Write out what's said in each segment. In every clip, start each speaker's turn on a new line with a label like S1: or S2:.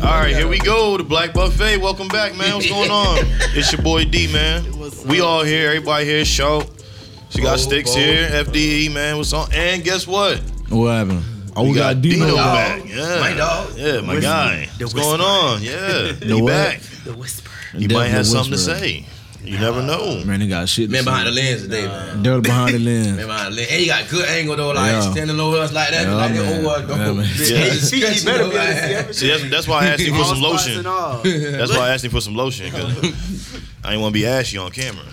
S1: All right, here we go. The Black Buffet. Welcome back, man. What's going on? it's your boy D, man.
S2: What's
S1: We
S2: up?
S1: all here. Everybody here. Show. She got
S2: Bo,
S1: sticks
S2: Bo.
S1: here. FDE, man. What's on? And guess what?
S3: What happened? Oh, we, got, Dino, back.
S1: back. Yeah.
S2: My dog.
S1: Yeah, my
S2: Whisper.
S1: guy.
S2: The
S1: What's going on? Yeah, he
S3: what?
S1: back.
S2: The whisper.
S1: He might have something to say. You never know.
S3: Man, they got shit. to
S4: Man
S3: say.
S4: behind the lens today, man.
S3: Dirt behind the
S4: Man
S3: lens.
S4: behind the lens. And he got good angle though, like
S3: Yeah.
S4: standing over us like that.
S3: Yeah,
S4: like oh,
S3: man.
S4: that old
S3: Yeah,
S4: don't
S3: man.
S1: Yeah.
S2: He, he better be able to see everything.
S1: See, that's, that's why I asked you for some
S2: All spots
S1: lotion.
S2: and all.
S1: That's why I asked him for some lotion because I didn't want to be ashy on camera.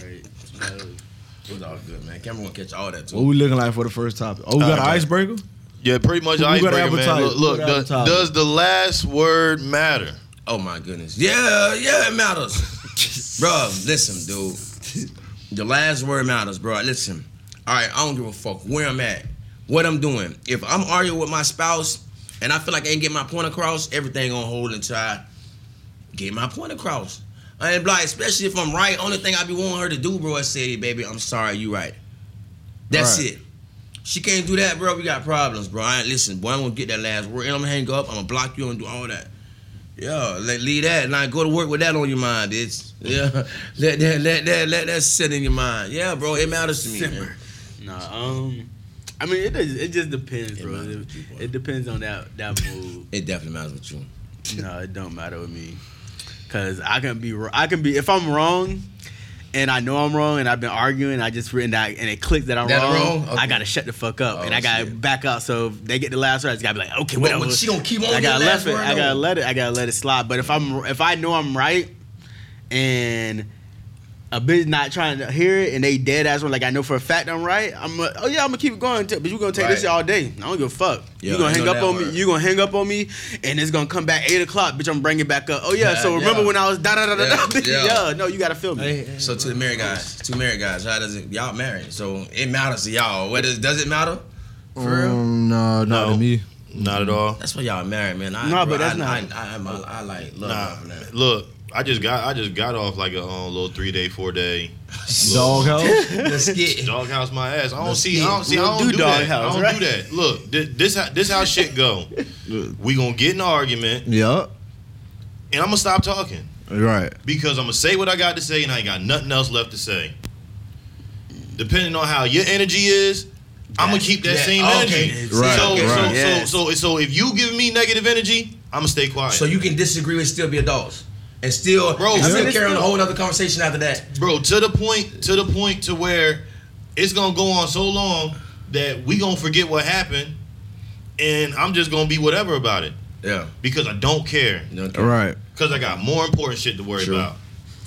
S4: It was all good, man. Cameron gonna catch all that
S3: What
S4: too.
S3: we looking like for the first topic? Oh, we got an
S1: Alright, man.
S3: icebreaker.
S1: Yeah, pretty much
S3: Who got
S1: iceberg man.
S3: advertised?
S1: Look, look,
S3: Who got
S1: does,
S3: advertised?
S1: does the last word matter?
S4: Oh my goodness. Yeah, yeah, it matters. Bruh, listen, dude. The last word matters, bro. Listen. All right, I don't give a fuck where I'm at, what I'm doing. If I'm arguing with my spouse and I feel like I ain't getting my point across, everything on hold until I get my point across. I ain't blind, especially if I'm right. Only thing I be wanting her to do, bro, is say, baby, I'm sorry, you right. That's
S3: Right.
S4: it. She can't do that, bro. We got problems, bro. I ain't listen, boy. I'm gonna get that last word. And I'm gonna hang up. I'm gonna block you and do all that. Yeah, let leave that. Now go to work with that on your mind, bitch. Yeah, let that let that let that sit in your mind. Yeah, bro, it matters to me. Man.
S2: Nah, um, I mean, it, does, it just depends,
S4: It
S2: bro.
S4: matter
S2: It,
S4: with you, boy.
S2: it depends on that that move.
S4: It definitely matters with you.
S2: no, it don't matter with me, cause I can be wr- I can be if I'm wrong, and I know I'm wrong, and I've been arguing. I just and I and it clicks that I'm
S4: That
S2: wrong.
S4: wrong?
S2: I
S4: Okay.
S2: gotta shut the fuck up,
S4: Oh,
S2: and I gotta
S4: shit.
S2: back up. So if they get the last word, I just gotta be like, okay,
S4: But- but
S2: whatever.
S4: she gonna keep on
S2: I
S4: getting
S2: gotta
S4: the
S2: let
S4: last
S2: it.
S4: word,
S2: I gotta
S4: though.
S2: let it. I gotta let it slide. But if I'm if I know I'm right, and a bitch not trying to hear it and they dead ass one like I know for a fact I'm right. I'm uh, oh yeah I'm gonna keep going, t- but you gonna take
S4: Right.
S2: this shit all day. I don't give a fuck.
S4: Yeah,
S2: you gonna
S4: I
S2: hang
S4: know
S2: up
S4: that
S2: on
S4: word.
S2: me. You gonna hang up on me, and it's gonna come back eight o'clock, bitch. I'm bringing it back up. Oh yeah,
S4: Yeah,
S2: so remember
S4: yeah.
S2: when I was da da da da da?
S4: Yeah, yeah.
S2: Yeah, no, you gotta feel me.
S4: So to the married guys, two married guys, how does it? Y'all married, so it matters to y'all. What does does it matter? For real?
S3: Um, no, not
S1: No.
S3: to me.
S1: Not at all.
S4: That's why y'all married, man. I,
S2: Nah,
S4: bro,
S2: but that's
S4: I,
S2: not-
S4: I, I, I'm a- I like love
S1: Nah,
S4: my man.
S1: look, I just got I just got off like a um, little three day, four day
S3: Doghouse.
S4: The skit.
S1: doghouse my ass. I don't
S4: Let's
S1: see. I
S4: get-
S1: don't see.
S2: we
S1: I
S2: don't
S1: don't do,
S2: do
S1: that. I
S2: doghouse,
S1: don't
S2: right?
S1: do that. Look, thi- this how, this how shit go. we gonna get in an argument,
S3: yep.
S1: and I'm gonna stop talking
S3: Right.
S1: because I'm gonna say what I got to say, and I ain't got nothing else left to say. Depending on how your energy is, I'm gonna keep that
S4: yeah,
S1: same
S4: okay.
S1: energy.
S3: Right,
S1: So, so-
S3: right.
S1: so,
S2: Yes.
S1: so, so, if you give me negative energy, I'm gonna stay quiet.
S4: So you can disagree and still be adults. And still,
S1: Bro,
S4: bro, and
S1: I
S4: still
S1: mean,
S4: carry on a
S2: it's
S4: whole other conversation after that.
S1: bro to the point to the point to where it's gonna go on so long that we gonna forget what happened and i'm just gonna be whatever about it
S4: Yeah.
S1: because i don't care
S4: You know, okay.
S3: Right.
S1: because i got more important shit to worry
S4: True.
S1: about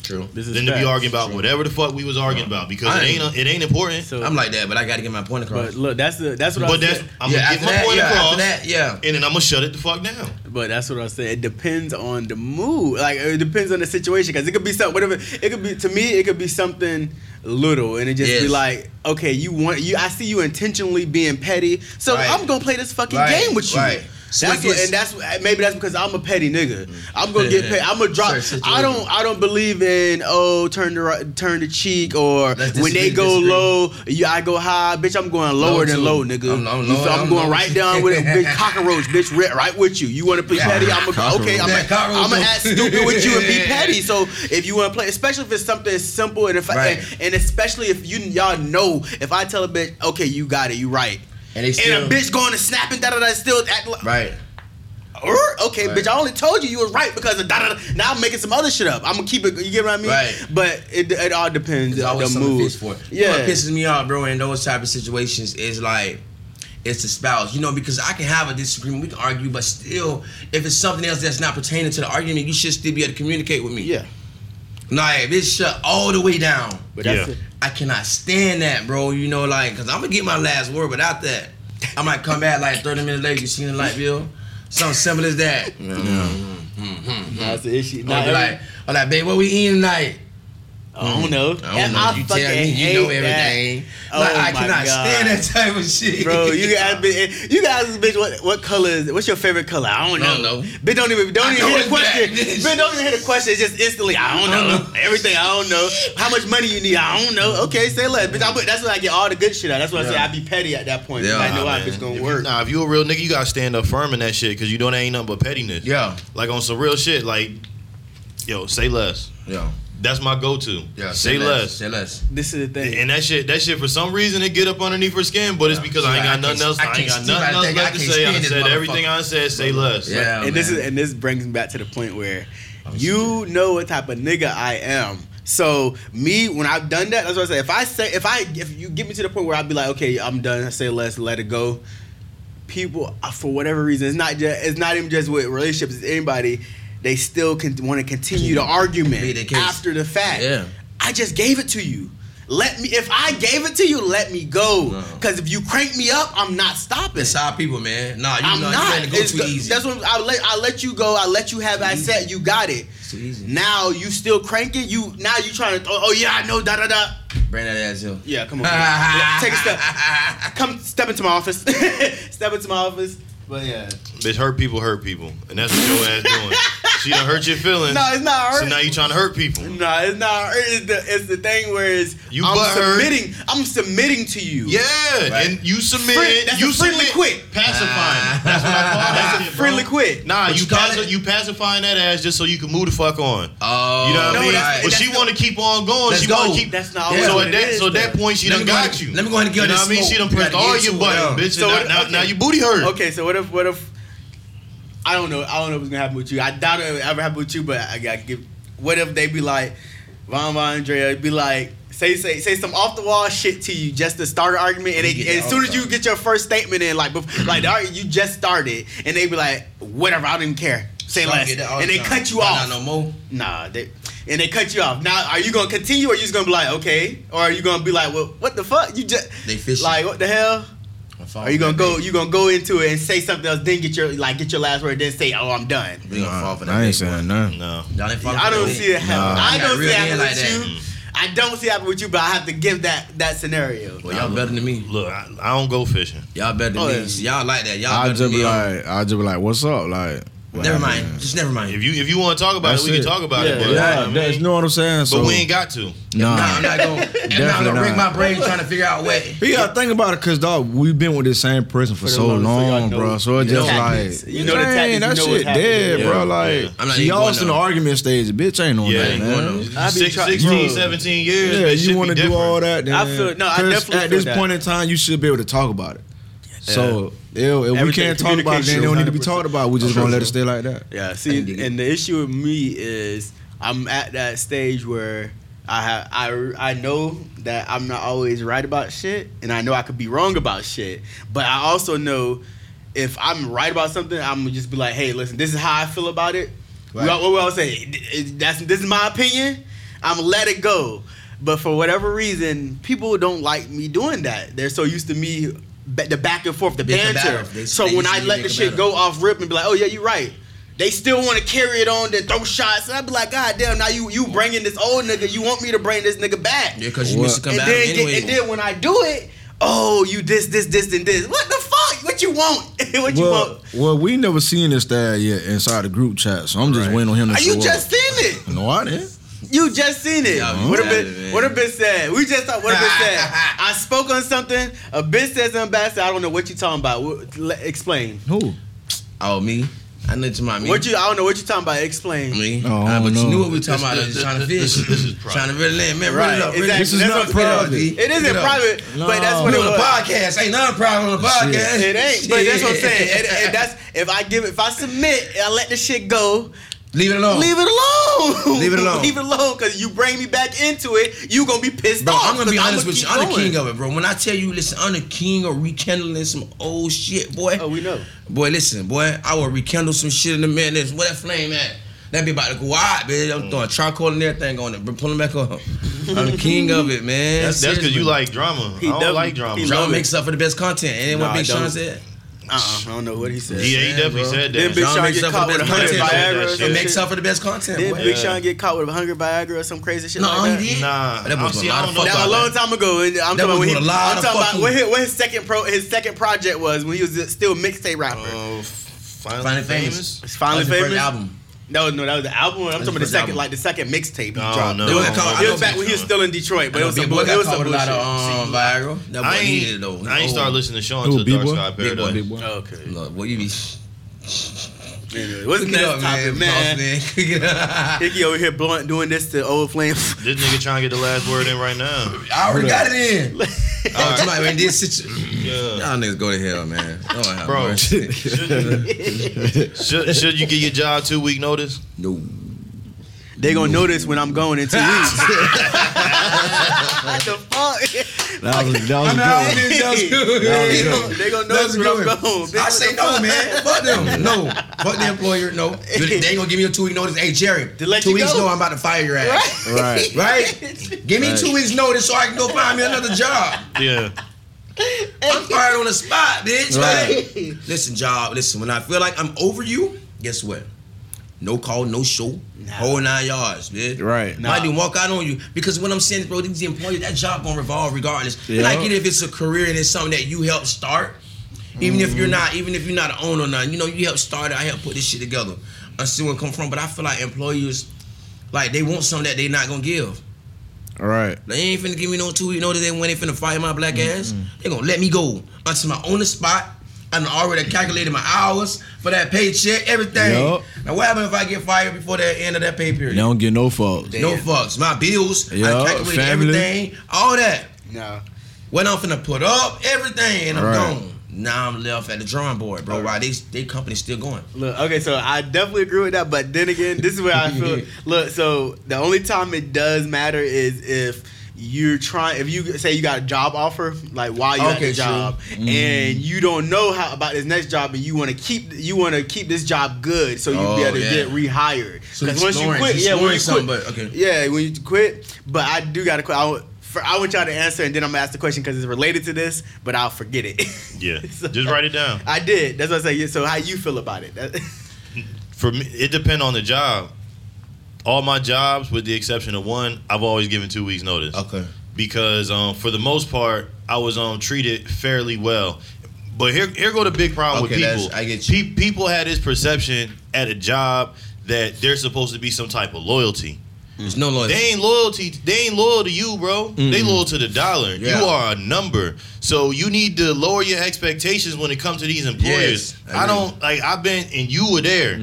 S4: True.
S2: This
S1: than to be
S2: facts.
S1: arguing about whatever the fuck we was arguing about because
S4: I
S1: it ain't
S4: ain't-
S1: it ain't important
S2: So,
S4: I'm like that, but I got to get my point across.
S2: but look, that's the that's what
S1: but
S2: I
S1: that's
S2: said.
S1: i'm
S4: yeah,
S1: gonna
S4: after
S1: get my
S4: that,
S1: point
S4: yeah,
S1: across
S4: after that, yeah.
S1: and then i'm gonna shut it the fuck down
S2: But that's what I said. It depends on the mood. Like it depends on the situation because it could be something. Whatever it could be to me, it could be something little, and it just be
S4: Yes.
S2: like, okay, you want you. I see you intentionally being petty, so
S4: Right.
S2: I'm gonna play this fucking
S4: Right,
S2: game with you.
S4: right. So
S2: that's
S4: it
S2: what,
S4: gets- Mm-hmm.
S2: and that's maybe that's because I'm a petty nigga. I'm gonna get
S4: Yeah.
S2: petty. I'm gonna drop.
S4: Certain
S2: I don't.
S4: situation.
S2: I don't believe in oh turn the right- turn the cheek or
S4: Let's
S2: when they
S4: disagree,
S2: go
S4: disagree.
S2: low, you, I go high. Bitch, I'm going lower
S4: Low
S2: than
S4: too.
S2: low, nigga.
S4: I'm- I'm
S2: You
S4: low,
S2: feel- I'm
S4: I'm
S2: going
S4: low.
S2: right down with a big cockroach, bitch. Right, right with you. You want to play petty? I'm a, okay. I'm
S4: That cockroach.
S2: gonna act stupid with you and be
S4: Yeah.
S2: petty. So if you want to play, especially if it's something as simple and if I,
S4: Right.
S2: and, and especially if you y'all know if I tell a bitch, okay, you got it, you right.
S4: And they
S2: And a bitch going to snap and da da da still act like
S4: Right.
S2: "Er, okay,
S4: Right.
S2: bitch. I only told you you was right because of da da. da." Now I'm making some other shit up. I'm gonna keep it. You get what I mean?
S4: Right.
S2: But it, it all depends
S4: There's
S2: on
S4: always
S2: the
S4: something to
S2: mood.
S4: fish for. Yeah. What
S2: Yeah.
S4: pisses me off, bro, in those type of situations is like, it's the spouse, you know, because I can have a disagreement, we can argue, but still, if it's something else that's not pertaining to the argument, you should still be able to communicate with me.
S2: Yeah.
S4: Like, if it's shut all the way down,
S2: But that's
S1: Yeah.
S2: it.
S4: I cannot stand that, bro. You know, like, because I'm going to get my last word without that. I might come back like 30 minutes later, you seen the light bill? Something simple as that.
S3: Yeah.
S2: That's the issue.
S4: Or
S2: Not
S4: be
S2: every-
S4: like, or like, babe, what we eating tonight?
S2: I don't know.
S4: Mm. I don't know. You tell me you know everything.
S2: that.
S4: Like,
S2: Oh
S4: I
S2: my
S4: cannot
S2: God.
S4: stand that type of shit.
S2: Bro, you guys, be- you guys, bitch. What, what color is? What's your favorite color? I don't know.
S4: I don't know.
S2: Bitch, don't even don't
S4: I
S2: even
S4: know
S2: hear the
S4: it's
S2: question.
S4: black, bitch.
S2: Bitch, don't even hear the question. It's just instantly. I don't, know. everything. I don't know how much money you need. I don't know. Okay, say less. Bitch, I, put- that's when I get all the good shit out. That's why I say I be petty at that point.
S4: Yeah,
S2: Yeah, I know how
S4: man.
S2: bitch gonna
S1: If
S2: work.
S1: You, nah, if you a real nigga, you gotta stand up firm in that shit because you know that ain't nothing but pettiness.
S4: Yeah,
S1: Like on some real shit, like, yo, say less.
S4: yeah,
S1: That's my go-to.
S4: yeah.
S1: say, less.
S4: Say less.
S2: This is the thing.
S1: And that shit, that shit for some reason it get up underneath her skin, but it's because I ain't
S4: Yeah, I
S1: got nothing
S4: can't-
S1: else.
S4: I
S1: I, ain't
S4: can't
S1: got
S4: stand-
S1: nothing
S4: I
S1: else
S4: think I
S1: left to
S4: can't
S1: say. I
S4: stand this
S1: said
S4: motherfucker.
S1: everything I said. Say less.
S4: Yeah,
S2: and this
S4: man. Oh,
S2: is and this brings me back to the point where you know what type of nigga I am. So me, when I've done that, that's what I say. If I say, if I, if you get me to the point where I'd be like, okay, I'm done. I say less, let it go. People, uh, for whatever reason, it's not just, it's not even just with relationships. It's anybody. They still can want to continue the
S4: Plead the
S2: argument
S4: case.
S2: after the fact.
S4: Yeah.
S2: I just gave it to you. Let me. If I gave it to you, let me go.
S4: No.
S2: Because if you crank me up, I'm not stopping.
S4: It's our people, man. Nah, you
S2: I'm
S4: know,
S2: not.
S4: you had to go
S2: It's
S4: too
S2: the-
S4: easy.
S2: That's what I'm- I let. I let you go. I let you have. I said you got it.
S4: too easy.
S2: Now you still cranking. You now you trying to. throw, oh yeah, I know. Da da da.
S4: Bring that ass up.
S2: Yeah, come on. Take a step. Come step into my office. step into my office. But yeah.
S1: Bitch, hurt people hurt people, and that's what your ass doing. She done hurt your feelings.
S2: No, it's not
S1: so
S2: hurt.
S1: now you trying to hurt people.
S2: No, it's not. It's the it's the thing where it's
S1: You
S2: I'm
S1: butthurt.
S2: submitting. I'm submitting to you.
S1: Yeah,
S4: Right.
S1: and you submit.
S2: Friend- that's
S1: you
S2: a friendly
S1: submit-
S2: quit.
S1: Pacifying. That's what I call that. shit, bro.
S2: Friendly quit.
S1: Nah,
S4: What
S1: you
S4: you call
S1: paci-
S4: it?
S1: you pacifying that ass just so you can move the fuck on.
S4: Oh,
S1: You know what
S2: No,
S1: I mean?
S2: that's-
S1: but
S2: that's
S1: she
S2: not-
S1: want to keep on going.
S4: Let's
S1: she want
S4: go.
S1: to keep.
S2: That's not
S1: Yeah,
S2: always
S1: so at
S2: what it
S1: that,
S2: is,
S1: so at
S2: though.
S1: that point, she done
S4: Let me go
S1: got
S4: ahead-
S1: you.
S4: let me go ahead and get
S1: You know
S4: this
S1: what I mean?
S4: smoke.
S1: She done
S4: We
S1: pressed
S4: gotta get
S1: all
S4: to
S1: your
S4: it,
S1: buttons,
S4: yeah.
S1: bitch.
S2: So
S1: and
S2: what-
S1: now, now,
S2: okay.
S1: now you booty hurt.
S2: Okay, so what if what if I don't know I don't know what's gonna happen with you. I doubt it ever happen with you, but I gotta give. What if they be like Von Von Andrea be like say say say some off the wall shit to you just to start an argument, and,
S4: You
S2: they,
S4: get
S2: and
S4: the
S2: as soon as you
S4: outside.
S2: get your first statement in, like bef- like the argument you just started, and they be like whatever I don't even care. Say
S4: Some
S2: less,
S4: get that all
S2: and
S4: the
S2: they
S4: time.
S2: cut you
S4: Nah,
S2: off.
S4: Nah, no more.
S2: Nah, they and they cut you off. Now, are you gonna continue, or you just gonna be like, okay, or are you gonna be like, well, what the fuck? You just
S4: They fishing.
S2: like what the hell? Are you gonna go? You gonna go into it and say something else? Then get your like get your last word. Then say, "Oh, I'm done."
S4: We gonna fall for that.
S3: I ain't
S4: big
S3: saying
S4: one.
S3: nothing.
S1: No.
S4: Y'all ain't falling
S2: I
S4: for
S2: don't
S4: that
S2: see
S4: big
S2: it
S4: one.
S2: happen. I
S4: you got
S2: don't see
S4: real
S2: it
S4: head
S2: happen
S4: like
S2: with
S4: that.
S2: you. I don't see it happen with you, but I have to give that that scenario.
S4: Well, y'all better than me.
S1: Look, I, I don't go fishing.
S4: Y'all better than
S2: Oh,
S4: me.
S2: yeah.
S4: See, Y'all like that. Y'all
S3: I'll
S4: better than
S3: just be
S4: me.
S3: like, I'll just be like, what's up? Like, what
S4: never
S3: happened?
S4: mind. Just never mind.
S1: If you if you want to talk about
S3: That's
S1: it, we
S3: it.
S1: can talk about it.
S2: Yeah,
S1: But,
S3: Yeah,
S1: I mean,
S3: that's you know what I'm saying.
S1: but we ain't got to.
S4: Nah,
S3: nah.
S4: I'm not gonna. I'm not
S3: Definitely
S4: gonna break my
S3: not.
S4: brain trying to figure out what.
S3: But you gotta think about it, cause dog, we've been with the same person for
S2: the
S3: so
S2: longest, so y'all
S3: long,
S2: know-
S3: bro. So it's
S4: you know
S3: just
S4: the
S2: tactics.
S3: like,
S2: You know the
S3: man,
S2: tactics, you
S3: that
S2: know
S3: shit
S2: what's happening.
S3: dead,
S1: Yeah.
S3: bro. Like,
S1: Yeah.
S4: I'm not
S3: see,
S4: even
S3: y'all
S4: going
S3: it's in the
S4: there.
S3: argument stage. Bitch ain't on
S1: Yeah,
S3: that,
S1: ain't going
S3: man.
S1: nowhere.
S2: I be
S1: Six,
S2: try-
S1: 16,
S2: bro.
S1: 17 years.
S3: Yeah,
S1: that shit
S3: you want
S1: be
S3: to do
S1: different.
S3: all that. Then,
S2: I feel- no, I
S3: 'cause
S2: definitely
S3: At
S2: feel
S3: this
S2: that.
S3: point in time, you should be able to talk about it. So, ew, if we
S2: Everything
S3: can't talk about it, then
S2: communication
S3: it don't need to be
S2: 100%.
S3: talked about. We just
S2: True,
S3: gonna let
S2: true.
S3: it stay like that.
S2: Yeah. See, and the issue with me is I'm at that stage where I have I I know that I'm not always right about shit, and I know I could be wrong about shit, but I also know if I'm right about something, I'm gonna just be like, hey, listen, this is how I feel about it.
S3: Right.
S2: We all- What we all say, that's this is my opinion. I'm gonna let it go. But for whatever reason, people don't like me doing that. They're so used to me ba- the back and forth, the
S4: They
S2: banter.
S4: combative. They-
S2: so
S4: they
S2: when
S4: used
S2: I
S4: to be
S2: let the
S4: combative.
S2: shit go off rip and be like, "Oh yeah, you're right," they still want to carry it on, then throw shots. And I'd be like, "God damn! Now you you bringing this old nigga? You want me to bring this nigga back?"
S4: Yeah, cause you
S3: What?
S4: used to come
S2: and
S4: back
S2: then get,
S4: anyway.
S2: and then when I do it, oh you this this this and this. What the fuck? What you want? what you
S3: Well,
S2: want?
S3: well, we never seen this dad yet inside the group chat, so I'm just
S4: Right.
S3: waiting on him to
S2: Are
S3: show
S2: you
S3: up.
S2: just seen it?
S3: No, I didn't.
S2: You just seen it.
S4: Yeah,
S2: what a
S4: we got it,
S2: bit.
S4: man.
S2: What a bit said. We just thought. What a bit said. I spoke on something. A bit said something bad. Said I don't know what you talking about. What, le- explain.
S3: Who?
S4: oh me, I know it's my me.
S2: What you? I don't know what you talking about. Explain.
S4: me?
S3: Oh,
S4: Nah,
S3: I
S4: but
S3: don't
S4: you
S3: know.
S4: knew what we were talking about.
S1: This-
S4: Just trying to
S1: this-
S4: fish.
S1: this- this is private.
S4: Trying to really land, man. Right.
S2: Right.
S4: It up,
S2: Exactly.
S3: This is
S2: That's
S3: not
S2: what I'm saying.
S3: private.
S2: It isn't private, but that's what
S4: We
S2: it
S4: on a
S2: was.
S4: podcast. Ain't nothing private on a podcast.
S2: It ain't, but that's what I'm
S4: Shit.
S2: saying. It, it- that's if I give, if I submit, and I let the shit go.
S4: Leave it alone.
S2: Leave it alone.
S4: Oh. Leave it alone.
S2: leave it alone, because you bring me back into it, you gonna be pissed
S4: Bro,
S2: off.
S4: I'm gonna be
S2: 'cause
S4: honest
S2: I'ma
S4: with you.
S2: keep
S4: I'm the
S2: going.
S4: king of it, bro. When I tell you, listen, I'm the king of rekindling some old shit, boy.
S2: Oh, we know.
S4: Boy, listen, boy, I will rekindle some shit in a minute. Where that flame at? That be about to go out, bitch. I'm throwing charcoal and everything on it, bro. Pulling back up. I'm the king of it, man.
S1: That's because
S4: Seriously.
S1: you like drama. I
S2: He
S1: don't
S2: does-
S1: like
S2: he
S1: drama.
S2: loves
S4: Drama
S2: it.
S4: makes up for the best content. Ain't that
S2: Nah,
S4: what Big
S2: I
S4: Sean
S2: don't.
S4: said?
S2: Uh-uh, I don't know what he said.
S1: Yeah, he definitely
S4: bro.
S1: said
S2: Then
S1: that.
S2: Big
S4: Y'all
S2: Sean
S4: make
S2: get
S4: stuff for
S2: caught
S4: the
S2: with
S4: best
S2: 100
S1: content.
S2: Viagra. or
S1: It
S4: It
S2: some
S1: makes
S2: shit.
S4: makes up for the best content.
S2: Did
S4: boy.
S2: Big Sean get caught with 100 Viagra or some crazy shit
S4: No,
S2: like that?
S4: he did.
S1: Nah,
S4: That
S1: I'm-
S4: was
S1: see,
S4: a
S1: I
S4: lot
S1: don't
S4: of
S1: know
S4: fuck
S1: about
S2: That a
S4: out
S1: that.
S2: long time ago. and I'm
S4: That
S2: talking about
S4: was
S2: when he,
S4: with a lot
S2: I'm
S4: of
S2: talking about
S4: fucking-
S2: what his, what his second pro, his second project was when he was still mixtape rapper.
S1: Oh, finally,
S4: Finally famous.
S1: famous.
S2: it's
S4: That
S2: finally
S4: was his first
S2: famous.
S4: album.
S2: No, no, that was the album. I'm talking about
S4: his
S2: the
S4: first
S2: second,
S4: album.
S2: like the second mixtape he
S1: No,
S2: dropped.
S1: no,
S2: it was,
S1: I
S4: know- I
S2: it
S4: know
S2: was back when he was still in Detroit, but it was
S4: Big
S2: some
S4: boy
S2: bull- it
S4: got
S2: was
S4: caught
S2: some
S4: with a lot
S2: bullshit.
S4: of um, Viagra. That boy
S1: I
S4: needed
S1: ain't,
S4: it though.
S1: I ain't started listening to Sean
S3: Who,
S1: until
S3: Big
S1: Dark
S3: Boy?
S1: Sky
S4: Big Boy.
S1: Paradise.
S3: Big boy.
S2: Okay.
S4: Look, what you be?
S2: Anyway, what's the next topic, man?
S4: man.
S2: Icky over here blowing, doing this to old flame.
S1: This nigga trying to get the last word in right now.
S4: I already got it in. Oh, somebody, man, this situ-
S1: Yeah.
S4: Y'all niggas go to hell, man. Don't have
S1: Bro.
S4: mercy.
S1: Should, should you get your job two week notice?
S4: No.
S2: they gonna notice when I'm going in two weeks. what the fuck?
S3: That was, that was
S4: I'm out.
S3: good.
S4: That's
S3: good.
S4: good.
S2: they gonna
S4: That's
S2: notice when I'm
S4: good.
S2: going. Bitch,
S4: I
S2: what
S4: say
S2: the
S4: no,
S2: fuck?
S4: man. Fuck them. No. Fuck the employer. No. They ain't gonna give me a two week notice. Hey, Jerry.
S2: To let
S4: two
S2: you
S4: weeks
S2: go.
S4: ago, I'm about to fire your ass.
S3: Right.
S4: Right? Give me
S3: Right.
S4: two weeks notice so I can go find me another job.
S1: Yeah.
S4: I'm fired on the spot, bitch.
S3: Right.
S4: Like, listen, job. Listen, when I feel like I'm over you, guess what? No call, no show, whole nine yards, bitch.
S3: Right.
S4: Might even walk out on you because what I'm saying is, bro, these employers, that job gonna revolve regardless. And I
S3: Yeah.
S4: get it if it's a career and it's something that you helped start, even if
S3: Mm.
S4: you're not, even if you're not an owner or nothing, you know, you helped start it. I helped put this shit together. I see where it come from, but I feel like employers, like they want something that they not gonna give.
S3: Right.
S4: They ain't finna give me no two. You know that they when they finna fire my black
S3: Mm-hmm.
S4: ass, they gonna let me go onto my own spot. I done already calculated my hours for that paycheck, everything.
S3: Yup.
S4: Now what happens if I get fired before the end of that pay period?
S3: They don't get no faults.
S4: no fucks. My bills, I
S3: Yup,
S4: calculated
S3: family.
S4: everything, all that.
S2: No.
S4: What I'm finna put up, everything, and I'm
S3: Right.
S4: gone. Now I'm left at the drawing board, bro. Why they they company's still going?
S2: Look, okay, so I definitely agree with that, but then again, this is where I feel. look, so the only time it does matter is if you're trying, if you say you got a job offer, like while you're at
S4: Okay, Mm-hmm.
S2: the job, and you don't know how about this next job, and you want to keep, you want to keep this job good, so you
S4: Oh,
S2: be able to
S4: yeah.
S2: get rehired.
S4: So
S2: Because once you
S4: exploring-
S2: quit, yeah, when
S4: exploring something,
S2: you quit,
S4: but- okay.
S2: yeah, when you quit. But I do gotta quit. I, would- for, I want y'all to answer, and then I'm gonna ask the question because it's related to this, but I'll forget it.
S1: Yeah.
S2: So-
S1: Just write it down.
S2: I did. That's what I say. Yeah, So how you feel about it? That-
S1: For me, it depends on the job. All my jobs, with the exception of one, I've always given two weeks notice.
S4: Okay.
S1: Because um, for the most part, I was um, treated fairly well. But here, here go the big problem
S4: Okay,
S1: with
S4: that's-
S1: people.
S4: I get you.
S1: Pe- people had this perception at a job that there's supposed to be some type of loyalty.
S4: There's no loyalty.
S1: They ain't loyalty. They ain't loyal to you, bro. They loyal to the dollar.
S4: Yeah.
S1: You are a number, so you need to lower your expectations when it comes to these employers.
S4: Yes,
S1: I,
S4: I agree. Mm-hmm.
S1: don't like. I've been and you were there.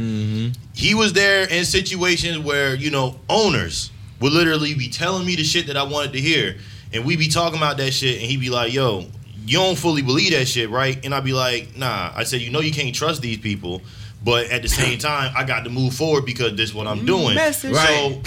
S1: He was there in situations where you know owners would literally be telling me the shit that I wanted to hear, and we be talking about that shit, and he'd be like, "Yo, you don't fully believe that shit, right?" And I'd be like, "Nah." I said, "You know, you can't trust these people." But at the same time, I got to move forward because this is what I'm doing.
S2: Message.
S1: So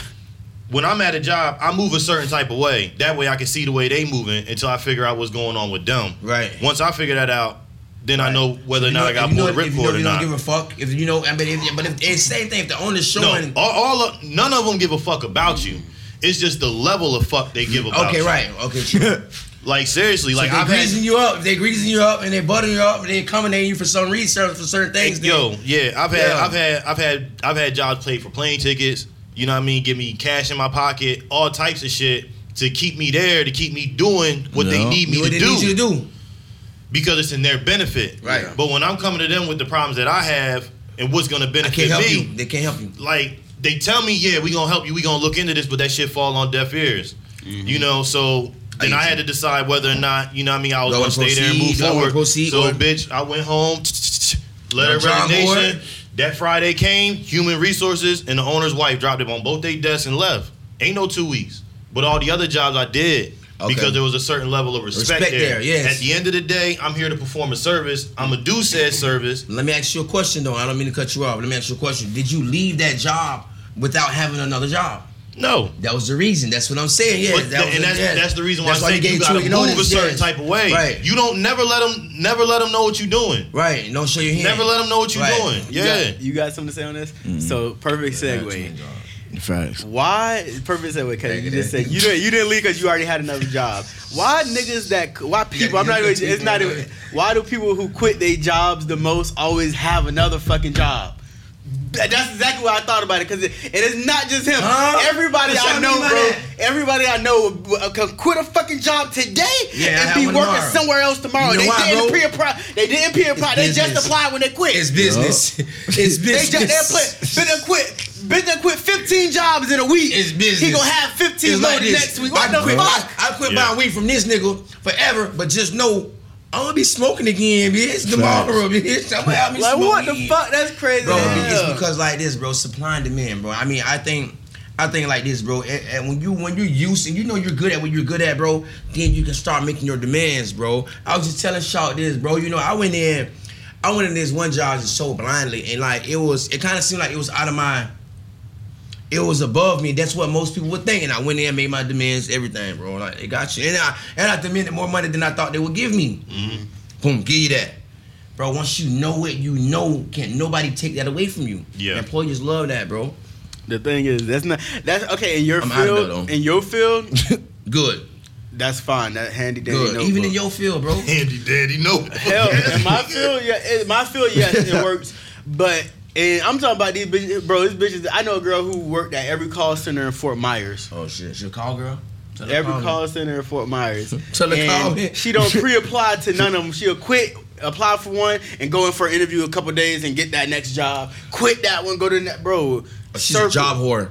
S1: when I'm at a job, I move a certain type of way. That way I can see the way they moving until I figure out what's going on with them.
S4: Right.
S1: Once I figure that out, then I know whether or
S4: You
S1: not
S4: know,
S1: I got
S4: if you
S1: pulled
S4: know-
S1: the
S4: if you know
S1: ripcord or
S4: you don't
S1: not.
S4: give a fuck. If you know, I mean, if, but if, it's same thing. If the owner's showing,
S1: No, all, all of, none of them give a fuck about you. It's just the level of fuck they give about
S4: okay,
S1: you.
S4: right, okay, true.
S1: Like seriously, like
S4: if they
S1: I've had
S4: greasing you up, if they greasing you up, and they buttering you up, and they accommodating you for some reason for certain things. then-
S1: Yo, yeah, I've had,
S4: Yeah.
S1: I've had, I've had, I've had jobs played for plane tickets. You know what I mean? Give me cash in my pocket, all types of shit to keep me there, to keep me doing what they
S3: Yeah.
S1: need me
S4: do what
S1: to
S4: they
S1: do.
S4: need you to do.
S1: because it's in their benefit.
S4: Right. Yeah.
S1: But when I'm coming to them with the problems that I have and what's gonna
S4: I
S1: benefit
S4: can't help
S1: me,
S4: you. They can't help you.
S1: like they tell me, yeah, we gonna help you, we gonna look into this, but that shit fall on deaf ears.
S4: Mm-hmm.
S1: You know, so then
S4: I
S1: I,
S4: get
S1: had to decide whether or not, you know what I mean, I was
S4: Do I
S1: gonna stay there and move
S4: proceed? Do I wanna
S1: forward.
S4: proceed
S1: so
S4: or-
S1: bitch, I went home, let her
S4: No job
S1: resignation.
S4: board.
S1: That Friday came, human resources and the owner's wife dropped it on both their desks and left. Ain't no two weeks. But all the other jobs I did
S4: Okay.
S1: because there was a certain level of respect,
S4: Respect there, yes.
S1: At the end of the day, I'm here to perform a service. I'm going to do said service.
S4: Let me ask you a question though. I don't mean to cut you off. Let me ask you a question. Did you leave that job without having another job?
S1: No.
S4: That was the reason. That's what I'm saying. Yeah,
S1: But
S4: that
S1: th-
S4: was
S1: and that's
S4: yeah.
S1: that's the reason why
S4: That's
S1: I say you,
S4: gave
S1: gotta
S4: two-week
S1: move a
S4: notice,
S1: certain
S4: yes.
S1: type of way.
S4: Right.
S1: You don't never let them never let them know what you're doing.
S4: right. Don't show your hand.
S1: Never let them know what you're
S4: Right.
S1: doing.
S2: You
S1: Yeah.
S2: got- you got something to say on this? So perfect segue.
S3: Facts.
S2: Why? Perfect segue. Because you just said you didn't. You didn't leave because you already had another job. Why niggas that? Why people? I'm not even. It's not even. Why do people who quit their jobs the most always have another fucking job? That- That's exactly what I thought about it because it, it is not just him.
S4: Huh?
S2: Everybody
S4: What
S2: I
S4: y'all
S2: know,
S4: mean by
S2: bro.
S4: that?
S2: Everybody I know w- uh, could quit a fucking job today
S4: Yeah, I
S2: and
S4: have
S2: be
S4: one
S2: working
S4: tomorrow.
S2: somewhere else tomorrow.
S4: You know
S2: they,
S4: why,
S2: didn't
S4: bro?
S2: peer apply. they didn't peer apply. They just
S4: business.
S2: applied when they quit.
S4: It's business. It's
S2: They
S4: business.
S2: just they play, been done quit. Been done quit 15 jobs in a week.
S4: It's business.
S2: He gonna have 15
S4: It's
S2: more
S4: like this.
S2: next week. What
S4: I
S2: the
S4: quit,
S2: fuck?
S4: I, I quit
S1: Yeah.
S4: buying weed from this nigga forever, but just know I'm gonna be smoking again, bitch. Tomorrow, bitch. I'm gonna have me
S2: Like
S4: smoke
S2: what the
S4: weed.
S2: fuck? That's crazy.
S4: bro.
S2: as hell.
S4: It's because like this, bro. Supply and demand, bro. I mean, I think, I think like this, bro. And, and when you when you're used and you know you're good at what you're good at, bro, then you can start making your demands, bro. I was just telling Shaw this, bro. You know, I went in, I went in this one job just so blindly, and like it was, it kind of seemed like it was out of my. It was above me. That's what most people would think. And I went in, made my demands, everything, bro. Like they got you, and I and I demanded more money than I thought they would give me. Boom, give you that. Bro, once you know it, you know can't nobody take that away from you.
S1: Yeah.
S4: Employers love that, bro.
S2: the thing is, that's not that's okay in your
S4: I'm outta there,
S2: field.
S4: though.
S2: In your field,
S4: Good.
S2: that's fine. That handy dandy.
S4: Good.
S2: notebook.
S4: Even in your field, bro.
S1: Handy daddy, no.
S2: hell in my field, yeah, in my field, yes, it works. But and I'm talking about these bitches, bro. These bitches. I know a girl who worked at every call center in Fort Myers.
S4: Oh shit. She a call girl? Tell her
S2: Every
S4: me.
S2: call center in Fort Myers.
S4: Tell her
S2: And
S4: call me.
S2: She don't pre-apply to none of them. She'll quit, apply for one, and go in for an interview a couple days and get that next job. Quit that one, go to that bro.
S4: Oh, She's
S2: circle.
S4: a job whore.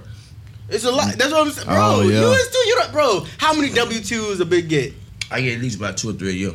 S2: It's a lot. That's what I'm saying, bro.
S3: Oh, yeah.
S2: You is too. You don't, bro. How many W twos a big get,
S4: I get at least about two or three a year.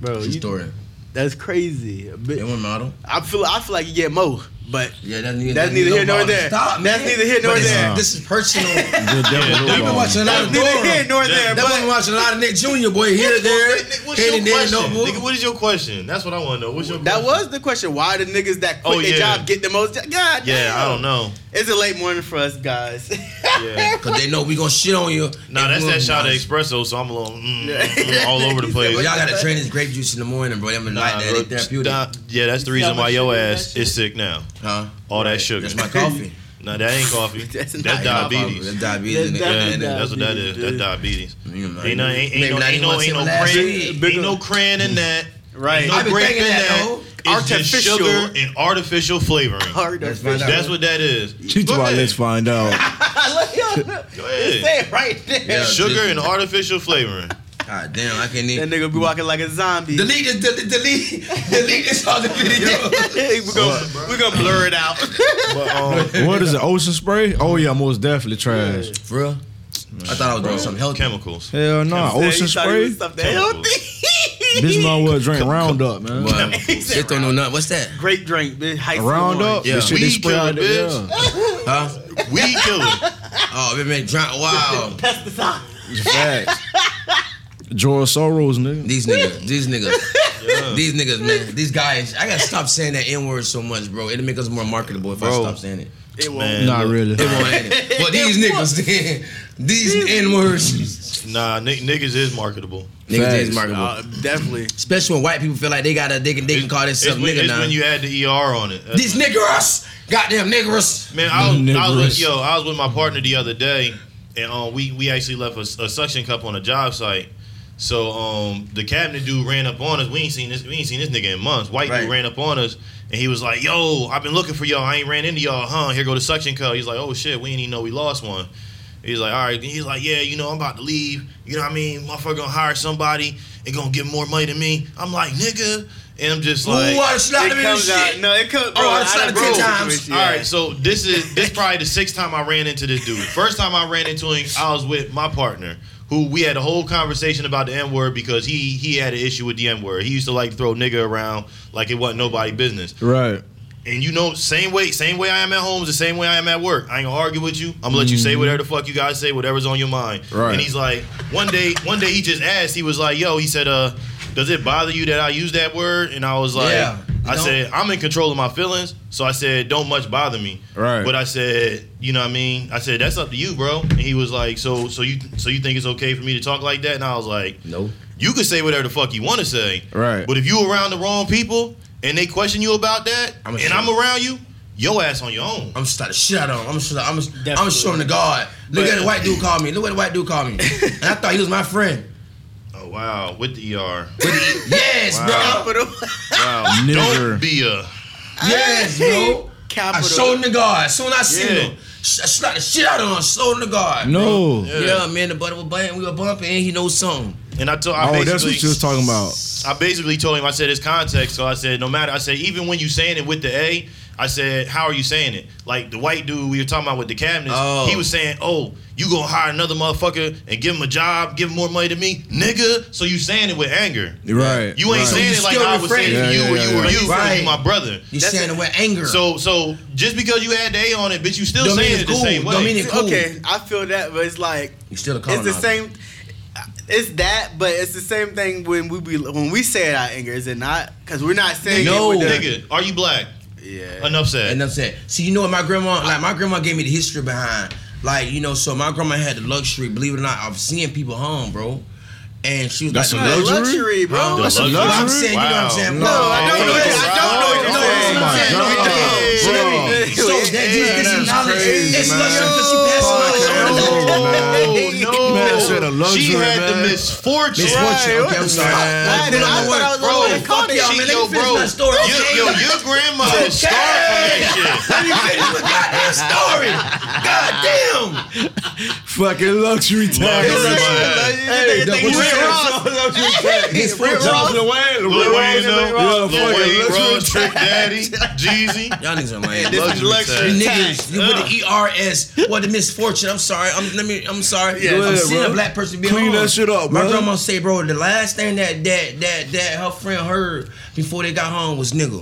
S2: bro?
S4: True
S2: Oh, you-
S4: story.
S2: That's crazy. A bit-
S4: They want model.
S2: I feel. I feel like you get more, but
S4: Yeah, that's neither,
S2: That's neither here nor there.
S4: Stop,
S2: That's
S4: man.
S2: neither here nor
S4: But this-
S2: there.
S4: This is personal. I've
S3: The devil
S1: Yeah,
S3: look
S1: we
S4: been
S3: on.
S4: watching a lot
S2: that's
S4: of
S2: neither here
S4: Dora.
S2: nor there.
S1: That
S4: That
S2: But
S4: wasn't watching a lot of Nick Junior boy here, there,
S1: What's
S4: here
S1: your
S4: and there,
S1: question?
S4: no boy.
S1: Nigga, what is your question? That's what I want to know. What's your
S2: that
S1: question?
S2: was the question. Why the niggas that quit
S1: Oh,
S2: their
S1: yeah.
S2: job get the most? God damn.
S1: Yeah, I don't know.
S2: It's a late morning for us guys.
S1: Yeah.
S4: Cause they know we gonna shit on you.
S1: Nah, that's that shot of
S4: They-
S1: espresso, so I'm a little mm,
S2: Yeah.
S1: mm, all over the place.
S4: Y'all gotta train this grape juice in the morning, bro. I'm gonna
S1: Nah,
S4: like that.
S1: bro,
S4: It's therapeutic.
S1: nah, yeah, that's the
S2: See how
S1: reason why
S2: much
S1: your
S2: sugar in
S1: ass
S2: that
S1: is sick now.
S4: Huh?
S1: All that sugar.
S4: That's my coffee.
S1: Nah, that ain't coffee.
S2: That's
S1: that's
S2: not
S1: diabetes.
S4: That's diabetes. nigga.
S2: That's
S1: Yeah,
S2: That's
S1: that's what that is.
S2: diabetes,
S1: That's
S2: dude.
S1: diabetes.
S4: You know,
S1: Ain't no, ain't,
S4: maybe
S1: ain't no,
S4: not
S1: ain't
S4: even
S1: no,
S4: want to
S1: ain't no
S4: say my last
S1: cran,
S4: name.
S1: ain't no cran in that.
S2: right.
S1: Ain't
S4: I
S1: no
S4: been
S1: grape in
S4: thinking that,
S1: that.
S4: though.
S1: It's just
S2: Artificial.
S1: sugar and artificial flavoring.
S2: Hard to
S4: That's my
S2: fish.
S4: diet.
S1: That's what that is.
S3: She
S1: Go
S3: thought,
S1: ahead.
S3: let's find out.
S2: I love you.
S1: Go
S2: Just
S1: ahead.
S2: Say it right there.
S4: Yeah.
S1: Sugar and artificial flavoring.
S4: God damn, I can't
S2: That
S4: even.
S2: nigga be walking like a zombie.
S4: Delete this, delete, delete, delete this other video.
S2: we're, gonna, we're gonna blur it out.
S1: But um,
S3: what is it? Ocean spray? Oh yeah, most definitely trash.
S4: For real? I thought I was doing something healthy.
S1: chemicals.
S3: Hell no,
S2: I'm saying,
S3: ocean
S2: you thought it was
S3: spray.
S2: something
S1: Chemicals.
S2: healthy.
S3: This man would drink Roundup, man.
S4: But
S2: He said
S4: shit don't know nothing. What's that?
S2: Grape drink, bitch. High school
S3: Roundup,
S2: orange.
S3: the
S1: Yeah.
S3: shit they
S1: Weed
S3: spray out
S1: killer,
S3: there.
S1: bitch.
S3: yeah.
S4: Huh?
S1: Weed killer.
S4: Oh, it been drunk. Wow.
S2: Pesticide.
S3: Facts. George Soros, nigga.
S4: These niggas, these niggas,
S1: Yeah.
S4: these niggas, man, these guys. I gotta stop saying that N word so much, bro. It'll make us more marketable if I
S1: Bro.
S4: stop saying it.
S2: It won't.
S1: Man,
S3: Not
S1: look,
S3: really.
S4: It won't, ain't it? But these niggas, these N words,
S1: Nah, ni- niggas is marketable.
S4: niggas
S3: Facts.
S4: is marketable.
S2: Uh, definitely.
S4: Especially when white people feel like they gotta they can they can call
S1: It's,
S4: themselves
S1: when,
S4: nigga
S1: it's
S4: now.
S1: when you add the ER on it. That's
S4: These niggeras, goddamn niggeras.
S1: Man, I was, I was
S3: Niggerish.
S1: with, yo, I was with my partner the other day, and um, we we actually left a, a suction cup on a job site. So um, the cabinet dude ran up on us. We ain't seen this. We ain't seen this nigga in months. White
S4: Right.
S1: dude ran up on us, and he was like, "Yo, I've been looking for y'all. I ain't ran into y'all, huh? Here go the suction cup." He's like, "Oh shit, we ain't even know we lost one." He's like, "All right." He's like, "Yeah, you know, I'm about to leave. You know what I mean? Motherfucker gonna hire somebody and gonna get more money than me." I'm like, "Nigga," and I'm just like,
S4: Ooh, I slapped him
S2: It
S4: in the
S2: comes out.
S4: shit.
S2: No, it comes. Bro,
S4: Oh, I
S2: done
S4: tried it
S2: broke
S4: 10
S2: with
S4: times.
S2: this, yeah.
S1: all right, so this is this probably the sixth time I ran into this dude. First time I ran into him, I was with my partner, who we had a whole conversation about the N word because he he had an issue with the N word. He used to like throw nigga around like it wasn't nobody business.
S3: Right.
S1: And you know, same way, same way I am at home is the same way I am at work. I ain't gonna argue with you. I'm gonna let you say whatever the fuck you guys say, whatever's on your mind.
S3: Right.
S1: And he's like, one day, one day he just asked, he was like, yo, he said, uh, does it bother you that I use that word? And I was like,
S4: Yeah, you
S1: I
S4: know?
S1: said, I'm in control of my feelings. So I said, don't much bother me.
S3: Right.
S1: But I said, you know what I mean? I said, that's up to you, bro. And he was like, so so you so you think it's okay for me to talk like that? And I was like,
S4: No.
S1: you can say whatever the fuck you want to say.
S3: Right.
S1: But if you around the wrong people and they question you about that,
S4: I'ma
S1: and
S4: shoot.
S1: I'm around you, your ass on your own.
S4: I'm starting to shit out on. him. I'm shut. I'm I'm
S2: Definitely.
S4: showing the guard. Look
S2: But-
S4: at the white dude called me. Look what the white dude called me. and I thought he was my friend.
S1: Oh wow, with the ER.
S4: Yes, bro.
S2: Capital.
S1: Wow,
S3: Nigger.
S1: don't be a.
S4: Yes, bro. I
S2: Capital.
S4: showed him the guard. As soon as I seen
S1: Yeah.
S4: him, sh- I slapped the shit out of him. Showed him the guard.
S3: No.
S1: Yeah.
S4: Yeah, man. The butter was bumping. We were bumping, and he knows something.
S1: And I told. I
S3: Oh,
S1: basically,
S3: that's what you was talking about.
S1: I basically told him. I said it's context. So I said no matter. I said even when you saying it with the A, I said how are you saying it? Like the white dude we were talking about with the cabinets.
S4: Oh.
S1: He was saying, oh, you gonna hire another motherfucker and give him a job, give him more money than me, nigga. So you saying it with anger.
S3: Right.
S1: You ain't saying
S3: right.
S4: So
S1: it
S4: you
S1: like
S4: still
S1: I was saying
S4: refrain.
S1: to
S3: Yeah,
S1: you
S3: yeah,
S1: or
S3: yeah,
S1: you or
S3: yeah.
S1: you or
S4: Right.
S1: you my brother.
S4: You
S2: That's
S4: saying
S2: it.
S4: it with anger.
S1: So so just because you had the A on it, bitch, you still
S4: Don't mean
S1: saying
S4: it's
S1: it the
S4: cool.
S1: same way.
S4: Don't mean it- Cool.
S2: Okay, I feel that, but it's like
S4: you still a
S2: it's
S4: colonizer.
S2: the same. It's that, but it's the same thing when we be, when we say it out anger, is it not? Because we're not saying
S4: No.
S2: it with the,
S1: Nigga, are you black?
S2: Yeah.
S1: Enough said.
S4: And I'm saying, see, you know what my grandma, like my grandma gave me the history behind, like you know, so my grandma had the luxury, believe it or not, of seeing people home, bro. And she was
S3: That's
S4: like,
S3: a
S4: the
S3: luxury.
S2: Luxury, bro.
S4: Huh?
S3: That's a
S4: You know what I'm
S3: luxury?
S4: saying? You know what I'm saying?
S1: Wow.
S4: Bro,
S2: No, I
S4: bro,
S2: don't know
S4: bro,
S2: what- I don't know what
S4: bro,
S2: you're
S4: bro, bro,
S2: saying. Oh my
S4: bro,
S3: God.
S4: bro.
S2: Bro.
S4: So that this
S2: Yeah, that's
S4: is knowledge.
S3: crazy,
S4: It's
S3: man.
S4: luxury because she passed my
S3: Yo.
S4: knowledge.
S1: no.
S3: Man, that shit a luxury,
S1: she had
S3: man.
S1: the misfortune.
S4: Misfortune.
S2: Right,
S4: Okay, I'm
S2: what-
S4: sorry.
S2: Why did- I thought I was
S1: Bro,
S2: over there
S1: fuck
S2: calling
S1: y'all,
S2: y'all,
S1: man.
S4: man. Let me finish
S1: bro,
S4: my story.
S1: You, yo, your grandmother is scarred from that shit.
S4: Let me finish my goddamn story. God damn.
S3: Fucking luxury tax.
S1: Luxury tax.
S3: Hey,
S2: Hey, you
S3: what you
S2: were
S3: saying?
S2: wrong.
S3: Johnson and Wayne,
S1: Lil Wayne,
S3: Lil Wayne,
S1: though.
S3: yeah,
S1: Lil
S3: fucking
S1: Wayne,
S3: luxury
S1: Rob, Trick Daddy, Jeezy.
S4: Y'all niggas are lame.
S2: This is
S1: Luxury tax.
S2: luxury.
S4: You
S2: Tax.
S4: niggas, you with the ERS, what the misfortune. I'm sorry. I'm let me. I'm sorry.
S2: Yeah,
S4: I'm
S3: yeah,
S4: seeing
S3: bro.
S4: a black person being
S3: Clean
S4: home.
S3: that shit up,
S4: My
S3: bro.
S4: grandma say, bro, the last thing that that that that her friend heard before they got home was nigga.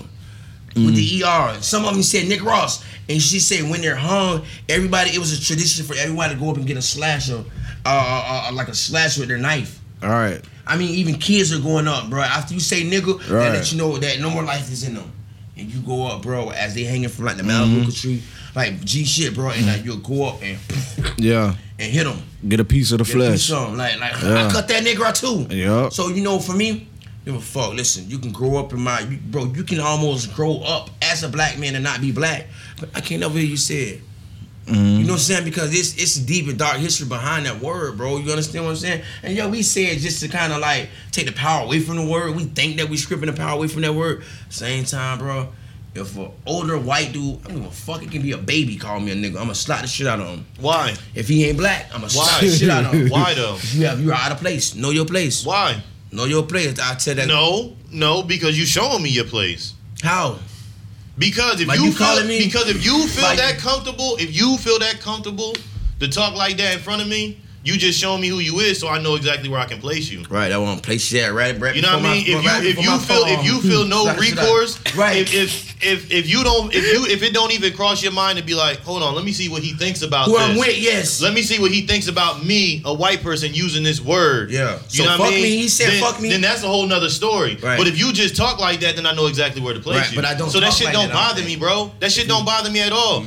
S4: With
S3: Mm.
S4: the ER, some of them said Nick Ross, and she said when they're hung, everybody it was a tradition for everyone to go up and get a slasher, uh, uh, uh, like a slash with their knife.
S3: All right.
S4: I mean, even kids are going up, bro. After you say nigga,
S3: Right.
S4: that let you know that no more life is in them. And you go up, bro, as they hanging from like the Malibu tree, like G shit, bro. And like you'll go up and
S3: Yeah.
S4: and hit them.
S3: Get a piece of the flesh.
S4: Something. Like, like
S3: Yeah.
S4: I cut that nigga out too.
S3: Yeah.
S4: So you know, for me, give a fuck. Listen, you can grow up in my, you, bro. You can almost grow up as a black man and not be black. But I can't ever hear you say it.
S3: Mm-hmm.
S4: You know what I'm saying? Because it's it's deep and dark history behind that word, bro. You understand what I'm saying? And yo, we say it just to kind of like take the power away from the word. We think that we stripping the power away from that word. Same time, bro. If an older white dude, I don't give a fuck. It can be a baby. Call me a nigga. I'ma slap the shit out of him.
S1: Why?
S4: If he ain't black, I'ma slap
S1: Why?
S4: the shit out of him.
S1: Why though?
S4: You have you're out of place. Know your place.
S1: Why?
S4: Know your place. I tell that.
S1: No, no, because you showing me your place.
S4: How?
S1: Because if
S4: Like
S1: you,
S4: you
S1: feel,
S4: calling me-
S1: because if you feel
S4: Like-
S1: that comfortable, if you feel that comfortable to talk like that in front of me, you just showing me who you is, so I know exactly where I can place you.
S4: Right. I want to place you at right. right
S1: You know what I mean?
S4: before my- right
S1: if you if
S4: before
S1: you
S4: my
S1: feel if
S4: phone.
S1: you feel no
S4: Slap the shit out.
S1: recourse,
S4: Right.
S1: If, if if if you don't if you if it don't even cross your mind to be like, hold on, let me see what he thinks about
S4: Who
S1: this.
S4: I'm with? Yes.
S1: Let me see what he thinks about me, a white person, using this word.
S4: Yeah.
S1: You
S4: So
S1: know what I
S4: fuck
S1: mean?
S4: me, he said
S1: then,
S4: fuck me.
S1: Then that's a whole nother story.
S4: Right.
S1: But if you just talk like that, then I know exactly where to place
S4: Right,
S1: you.
S4: but I don't
S1: So that
S4: talk
S1: shit
S4: like
S1: don't
S4: that, I don't
S1: bother me,
S4: think.
S1: bro. That shit don't bother me at all.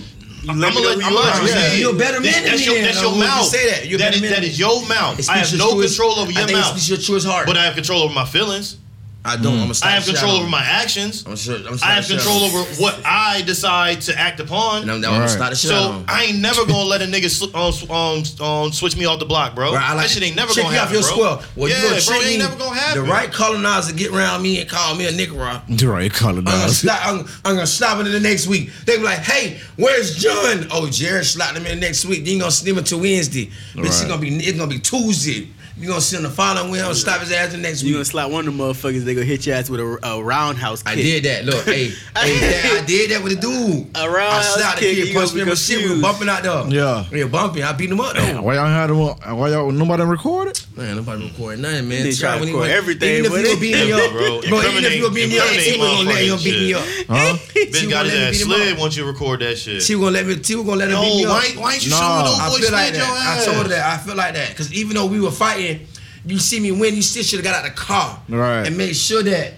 S1: I'm
S2: let
S1: gonna
S2: me know
S1: let
S2: who
S1: I'm
S2: you
S1: gonna let
S2: are.
S1: you
S2: Yeah,
S1: say it.
S4: you're a better
S1: That's-
S4: man than
S1: That's
S4: me
S1: your
S4: then.
S1: that's
S4: I
S1: your
S4: don't want you to
S1: mouth.
S4: say that. You're a
S1: That
S4: better
S1: is
S4: man
S1: that
S4: than
S1: is
S4: me.
S1: your mouth.
S4: It
S1: I have
S4: speaks your
S1: no
S4: truest-
S1: control over
S4: I
S1: your
S4: think it
S1: mouth,
S4: speaks your truest heart.
S1: but I have control over my feelings.
S4: I don't. I'm gonna slap
S1: I have
S4: the shit
S1: control
S4: out of
S1: over
S4: him.
S1: my actions.
S4: I'm sure. I'm
S1: I have control over what I decide to act upon.
S4: And I'm, I'm gonna
S3: Right.
S4: slap the shit out of
S1: So
S4: him.
S1: I ain't never gonna let a nigga sli- um, sw- um, s- um, switch me off the block, bro.
S4: Bro, I like
S1: that shit ain't never
S4: check
S1: gonna
S4: you
S1: happen,
S4: off your
S1: bro.
S4: square. Well, you
S1: yeah,
S4: gonna
S1: bro,
S4: treat
S1: it ain't
S4: me-
S1: never gonna happen.
S4: The right colonizer get around me and call me a nigga rock.
S3: Right color
S4: I'm gonna,
S3: dogs.
S4: slap, I'm, I'm gonna slap him in the next week. They be like, hey, where's John? Oh, Jared slapped him in the next week. Then you gonna send him to Wednesday. But it's
S3: Right.
S4: gonna be it's gonna be Tuesday. You gonna send him the following week. I'm gonna slap his ass the next
S2: You
S4: week.
S2: gonna slap one of the motherfuckers? They gonna hit your ass with a, a roundhouse kick.
S4: I did that. Look, hey, hey that, I did that with a dude.
S2: A roundhouse
S4: I slapped
S2: kick,
S4: the
S2: you
S4: kid, punched
S2: gonna
S4: me in
S2: be
S4: my shit. We were
S2: confused.
S4: bumping out there.
S3: Yeah.
S4: we were bumping. I beat him up though.
S3: Why y'all had him? on- Why y'all nobody recorded?
S4: Man, nobody recording nothing, man.
S2: They try to
S4: when he
S2: record
S4: went-
S2: everything,
S4: Even
S2: but
S4: if you
S2: it-
S4: were beating
S1: Yeah,
S4: up,
S1: bro,
S4: bro, even if you were beating up,
S1: incriminate-
S4: she was gonna let him
S1: incriminate
S4: beat me up.
S1: motherfucking
S3: Huh?
S1: Bitch
S4: She
S1: got
S4: gonna
S1: his
S4: let me
S1: ass
S4: beat him
S1: slid
S4: up.
S1: once you record that shit.
S4: She was gonna let me. She was gonna let him
S1: no,
S4: beat me up.
S1: why, why ain't you
S3: No,
S1: showing those boys
S4: I feel like
S1: slid your
S4: that. I
S1: ass?
S4: told her that. I feel like that because even though we were fighting, you see me win. You still should have got out of the car
S3: Right.
S4: and made sure that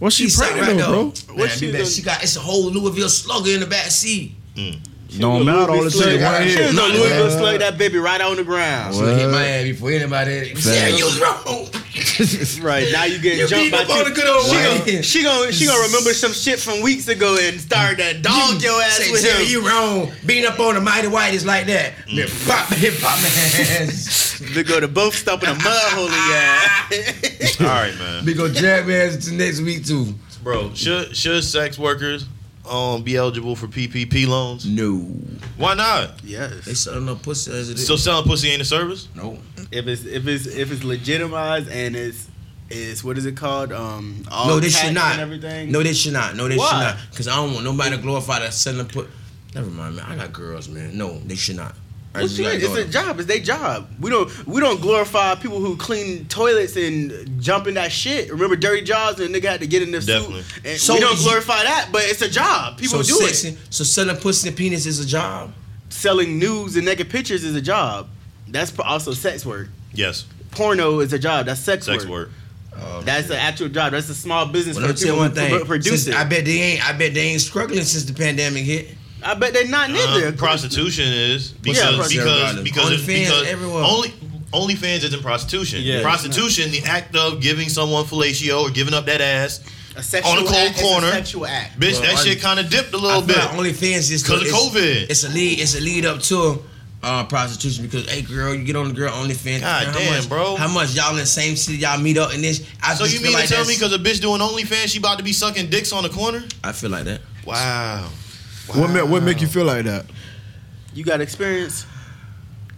S3: Well, she
S4: sat
S3: pregnant though,
S4: there.
S3: bro.
S4: Man,
S2: What
S4: I
S2: she
S4: bet
S2: done-
S4: she got it's a whole Louisville slugger in the back seat.
S3: Don't matter all this shit right
S2: She
S3: here.
S2: was gonna Louisville
S3: Well,
S2: slug that baby right on the ground.
S3: Well,
S4: Should hit my ass before anybody. Yeah, you was wrong.
S2: Right now, you getting
S4: You
S2: jumped
S4: beat
S2: by
S4: up on
S2: two-
S4: the good old
S2: She
S4: white.
S2: gonna, she gonna she gonna remember some shit from weeks ago and start to dog your ass
S4: Say,
S2: with
S4: Terry,
S2: him. Mm.
S4: you wrong. Beating up on the mighty white is like that. Man, Pop, hip hop, man.
S2: They go to both stop in a mud hole in your ass.
S1: All right, man.
S4: Big old jab ass to next week too.
S1: Bro, should should sex workers um be eligible for PPP loans?
S4: No,
S1: Why not?
S4: they
S2: Yes.
S4: selling no pussy as it is.
S1: So selling pussy ain't a service?
S4: no,
S2: If it's if it's if it's legitimized and it's it's what is it called? Um. All
S4: no, they
S2: tax
S4: should
S2: and
S4: not.
S2: Everything.
S4: No, they should not. No, they
S2: Why?
S4: should not. Because I don't want nobody to glorify that selling put. Never mind, man. I got girls, man. No, they should not. I
S2: Well,
S4: just
S2: shit,
S4: got
S2: it's a
S4: girls.
S2: job. It's their job. We don't we don't glorify people who clean toilets and jump in that shit. Remember dirty jobs and a nigga had to get in their
S1: Definitely.
S2: suit. And
S4: So
S2: we don't
S4: is-
S2: glorify that, but it's a job. People
S4: so
S2: do
S4: sexy.
S2: it.
S4: So selling pussy and penis is a job.
S2: Selling nudes and naked pictures is a job. That's p- also sex work.
S1: Yes.
S2: Porno is a job. That's sex,
S1: Sex work.
S2: work. That's an actual job. That's a small business
S4: Well, let
S2: for
S4: me tell you
S2: people
S4: one
S2: one who
S4: thing.
S2: pro- produce
S4: Since-
S2: it.
S4: I bet they ain't. I bet they ain't struggling since the pandemic hit.
S2: I bet they're not neither.
S1: Uh, prostitution is because because
S2: prostitution.
S4: Regardless.
S1: because
S4: OnlyFans
S1: because
S4: everywhere.
S1: only OnlyFans isn't prostitution.
S2: Yeah, it's
S1: prostitution, the act of giving someone fellatio or giving up that ass,
S2: A sexual
S1: on a cold
S2: act is
S1: corner.
S2: A sexual act.
S1: bitch,
S4: Well,
S1: that
S4: I-
S1: shit kind of dipped a
S4: I
S1: little
S4: feel
S1: bit.
S4: like OnlyFans is
S1: 'Cause of
S4: it's-
S1: COVID.
S4: It's a lead. It's a lead up to uh, prostitution because hey, girl, you get on the girl OnlyFans.
S1: God
S4: how
S1: damn,
S4: much,
S1: bro.
S4: How much y'all in the same city? Y'all meet up and this. I
S1: so
S4: just
S1: you
S4: feel
S1: mean
S4: like
S1: to tell me
S4: that's-
S1: because a bitch doing OnlyFans, she about to be sucking dicks on the corner?
S4: I feel like that.
S1: Wow.
S3: What make, what make you feel like that?
S2: You got experience?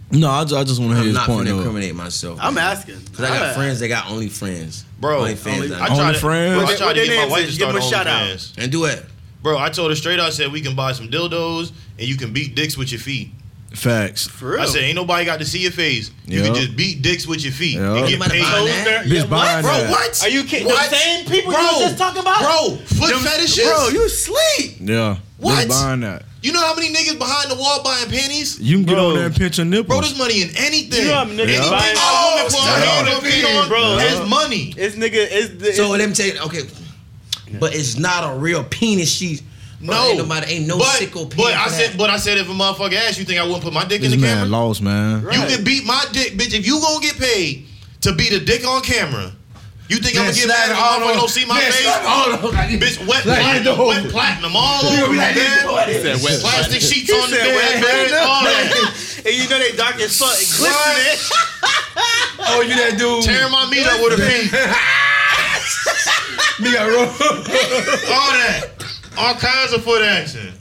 S3: No, I just, I just want to hear
S4: I'm
S3: his
S4: not
S3: point.
S4: gonna
S3: though.
S4: incriminate myself.
S2: I'm asking.
S4: Cause I got friends that got only friends,
S1: Bro,
S4: Only fans.
S1: only-
S4: that-
S1: I tried to,
S3: OnlyFans?
S1: bro, I
S2: What
S1: tried
S2: their
S1: to get my
S2: names
S1: wife
S2: is?
S1: to
S2: Give
S1: start
S2: them a shout out.
S1: OnlyFans.
S4: and do it.
S1: Bro, I told her straight. I said we can buy some dildos and you can beat dicks with your feet.
S3: Facts.
S2: For real.
S1: I said ain't nobody got to see your face. You can
S3: Yeah.
S1: just beat dicks with your feet
S3: Yeah.
S1: and get
S4: Nobody
S1: paid.
S4: buying that.
S3: Bitch buying
S1: Bro,
S3: that.
S1: what?
S2: Are you kidding?
S1: What?
S2: The same people you was just talking about?
S1: Bro, foot fetishes.
S2: Bro,
S1: you,
S2: you sleep.
S3: Yeah.
S1: What?
S3: Just buying that.
S1: know how many niggas behind the wall buying panties?
S3: You can get
S2: Bro.
S3: on there and pinch a nipple.
S1: Bro, there's money in anything.
S2: You know how many niggas
S1: anything
S2: buying-
S1: all women put
S4: Oh,
S1: her hand
S4: stop
S1: on,
S4: it,
S1: feet on,
S2: bro.
S1: is money.
S2: It's nigga. It's the.
S4: So
S2: it's,
S4: let me tell you, okay, but it's not a real penis. She bro,
S1: No,
S4: ain't nobody, ain't no
S1: but,
S4: sickle penis.
S1: But I
S4: for
S1: said,
S4: that.
S1: but I said, if a motherfucker asked, you think I wouldn't put my dick in
S3: this
S1: the
S3: man
S1: camera?
S3: lost, man.
S2: Right.
S1: You can beat my dick, bitch. If you gonna get paid to beat a dick on camera, you think I'm
S4: Man,
S1: gonna get
S4: slap
S1: mad?
S4: it
S1: if
S4: all
S1: Motherfucker
S4: over.
S1: don't see my
S4: Man,
S1: face.
S4: slap it all over.
S1: Bitch, wet
S4: Slap it
S1: platinum,
S4: all
S1: wet
S4: over.
S1: platinum all over,
S4: Be like this, boy,
S1: man.
S4: this-
S2: wet
S1: Plastic sheets on the
S2: said
S1: bed,
S2: wet
S1: man.
S2: platinum.
S1: All that.
S2: and you know they dark as fuck. and Glistening.
S4: Oh, you that dude?
S1: Tearing my meat up with a pin.
S4: Me got rolled.
S1: All that. All kinds of foot action.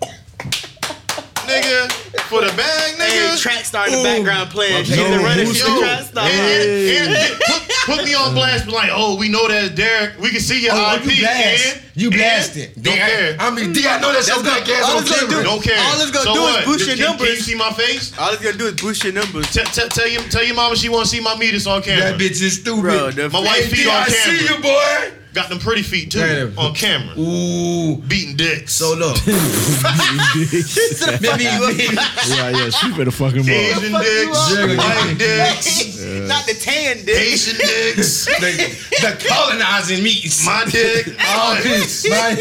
S1: Nigga, for the bag, nigga.
S2: And track star in the background playing. She's
S3: no,
S2: the running
S3: who's
S2: shit.
S3: the-
S2: Track star.
S1: and- and- and put, put me on blast, but like, oh, we know that's Derek. We can see your
S4: Oh,
S1: IP.
S4: you blast.
S1: and-
S4: You
S1: and-
S4: blasted.
S1: Don't care.
S4: I mean, D, I know that your black ass on
S2: all it's gonna
S4: camera.
S2: do-
S1: Don't care.
S2: all it's gonna
S1: So
S2: do is
S1: what?
S2: boost your
S1: Can- Can you
S2: numbers.
S1: see my face?
S2: All it's gonna do is boost your numbers.
S1: Tell, tell, tell you, tell your mama she want to see my meat. It's on camera.
S4: That bitch is stupid.
S2: Bro, the
S1: My wife
S4: Hey,
S1: feet
S4: D,
S1: on
S4: I see
S1: camera.
S4: you, boy.
S1: Got them pretty feet too
S4: Damn.
S1: on camera.
S4: Ooh.
S1: Beating dicks.
S4: So look,
S2: Fuck you up.
S3: yeah, yeah. She better fucking up.
S1: Asian
S2: Fuck you
S1: dicks,
S4: up.
S1: white dicks,
S2: Not the tan dick.
S1: Asian dicks,
S4: the, the colonizing meats.
S1: my dick.
S4: all this, right?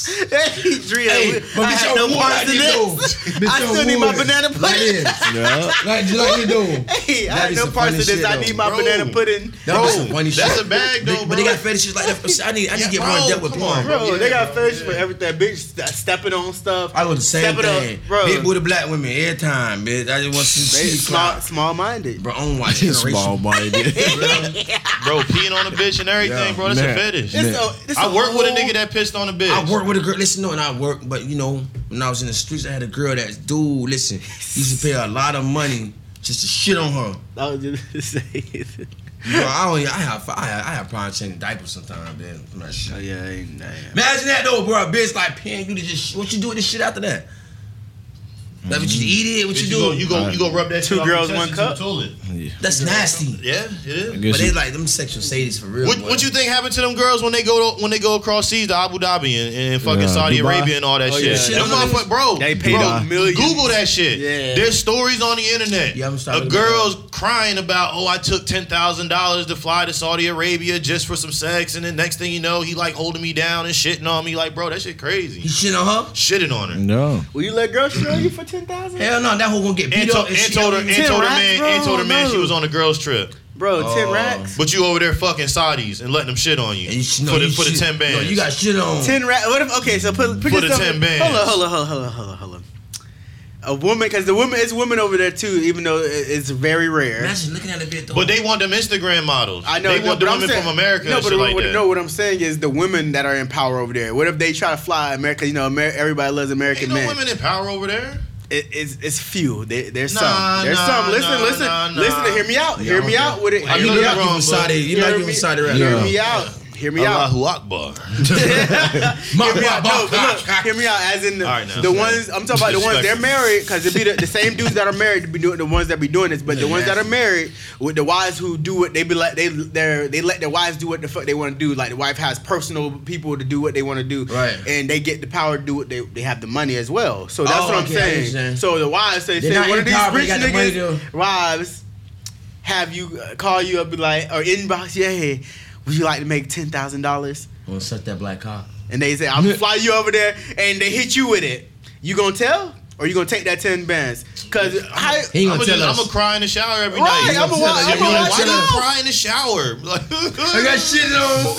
S2: Drea,
S4: Hey, but
S2: I
S4: bitch,
S2: had
S4: your
S2: no
S4: wood,
S2: parts in
S4: though.
S2: this.
S4: Bitch,
S2: I
S4: your
S2: still need my
S4: wood.
S2: banana
S4: Like
S2: pudding.
S4: this.
S3: Yeah.
S4: Like, like you do.
S2: Hey, I
S4: That
S2: had
S4: is
S2: no
S4: some
S2: parts
S4: funny
S2: of this.
S4: shit,
S2: I
S4: though.
S2: need my
S1: Bro.
S2: banana pudding.
S4: That was some funny
S1: that's
S4: shit.
S1: a bag though,
S4: But- But they
S1: bro.
S4: got fetishes like that. I need, I need to
S1: Yeah,
S4: get more in
S1: bro,
S4: depth with
S1: come
S4: porn,
S1: on,
S4: bro.
S2: Bro, they got fish for everything. Bitch, st- stepping on stuff.
S4: I go the same
S2: Stepping
S4: thing.
S2: on- bro.
S4: Big booty black women every time, bitch. I just want to
S2: They
S4: see
S2: small,
S4: clock.
S2: small minded.
S4: Bro, I don't watch
S3: He's small
S4: generation.
S3: minded.
S1: bro, peeing on a bitch and everything,
S4: Yeah,
S1: bro. That's
S3: man.
S1: a fetish.
S3: Man.
S1: I worked with a nigga that pissed on a bitch.
S4: I work with a girl. Listen, no, and I work, but you know, when I was in the streets, I had a girl that's dude. Listen, used to pay a lot of money just to shit on her.
S2: I was just saying.
S4: Bro, I don't. I have. I have, I have problems changing diapers sometimes, man. From that
S1: Oh,
S4: shit.
S2: yeah, ain't that.
S4: Imagine that though, bro. A bitch like paying you to just what you do with this shit after that. That's what
S3: Mm-hmm.
S4: you eat it. What
S1: Bitch,
S4: you
S1: you
S4: do?
S1: go, you go, you go rub that
S2: Two
S1: shit off your
S2: girls,
S1: chest
S2: one
S1: into the
S2: cup?
S1: toilet.
S4: That's nasty.
S1: Yeah, it is.
S3: Guess
S4: But they
S3: you-
S4: like them sexual sadies for real.
S1: What,
S4: boy.
S1: what you think happened to them girls when they go to, when they go across seas to Abu Dhabi and, and fucking
S3: Yeah,
S1: Saudi
S3: Dubai.
S1: Arabia and all that
S2: Oh,
S1: shit?
S2: yeah.
S1: Them motherfuck- bro.
S2: They paid
S1: bro,
S2: a million.
S1: Google that shit.
S2: Yeah.
S1: There's stories on the internet
S4: Yeah, I'm starting
S1: of
S4: to-
S1: girls crying about, oh, I took ten thousand dollars to fly to Saudi Arabia just for some sex, and then next thing you know, he like holding me down and shitting on me. Like, bro, that shit
S4: He
S1: crazy.
S4: shit on her?
S1: Shitting on her.
S3: No.
S2: Will you let girls show you for ten thousand?
S4: Hell no, that hoe gonna get beat
S1: And, to,
S4: up.
S1: and
S4: she
S1: told her,
S4: don't
S1: and
S4: even-
S2: Ten
S1: told her
S2: racks,
S1: man,
S2: bro?
S1: and told her man, she
S2: No.
S1: was on a girls trip.
S2: Bro, ten
S4: Oh.
S2: racks.
S1: But you over there fucking Saudis and letting them shit on you,
S4: and you sh- no,
S1: for the
S4: you
S1: for the
S4: shit-
S1: ten bands.
S4: No, you got shit on.
S2: Ten racks. What if? Okay, so put put
S1: For the
S2: yourself-
S1: 10 bands.
S2: Hold on, hold on, hold on, hold on, hold on, hold on. A woman, because the woman is women over there too, even though it- it's very rare.
S4: Imagine looking at a bit though.
S1: But they want them Instagram models.
S2: I know
S1: they
S2: no,
S1: want the
S2: but I'm
S1: women
S2: saying-
S1: from America
S2: No,
S1: and
S2: but
S1: shit
S2: what,
S1: like
S2: what-
S1: that.
S2: no, what I'm saying is the women that are in power over there. What if they try to fly America? You know, Amer- everybody loves American
S1: Ain't no
S2: men.
S1: women in power over there.
S2: It, it's it's few. There, there's
S1: Nah,
S2: some. There's
S1: nah,
S2: some. Listen,
S1: nah,
S2: listen,
S1: nah, nah.
S2: listen. To hear me out. hear me
S4: okay.
S2: out with it.
S1: Well,
S4: Hey,
S2: Hear
S4: you
S1: you're
S2: me
S4: like
S1: wrong,
S4: you from
S1: but-
S4: Saudi. You
S2: Hear
S4: like you
S2: me-
S4: from Saudi
S2: Hear
S4: Arabia.
S3: Yeah.
S2: me out. Hear me out.
S1: Allahu Akbar.
S2: hear me out.
S4: Bop,
S2: No, but
S4: bop,
S2: look,
S4: bop.
S2: hear me out. As in the,
S1: All right, now.
S2: the ones I'm talking about, the ones they're
S1: Disrespectful.
S2: married, because it be the, the same dudes that are married to be doing the ones that be doing this, but the ones that are married with the wives who do what they be like they they they let their wives do what the fuck they want to do. Like the wife has personal people to do what they want to do,
S4: Right.
S2: And they get the power to do what they they have the money as well. So that's
S4: Oh,
S2: what I'm
S4: okay, I
S2: saying.
S4: understand.
S2: So the wives say,
S4: They're
S2: say
S4: not in
S2: one of these
S4: power, but
S2: rich
S4: they got the money
S2: niggas wives have you uh, call you up be like or inbox yeah, hey, would you like to make ten thousand dollars?
S4: Gonna suck that black cock.
S2: and they say, "I'll fly you over there," and they hit you with it. You gonna tell, or you gonna take that ten bands? Cause I,
S4: He ain't
S1: I'm
S4: gonna tell us.
S1: gonna cry in the shower every
S2: Right,
S1: night.
S2: I'm
S4: gonna
S1: Like, yo,
S4: wa- I'm gonna
S1: like,
S4: watch
S1: Why
S4: it
S1: do you
S4: out.
S1: cry in the shower? Like,
S4: I got shit on.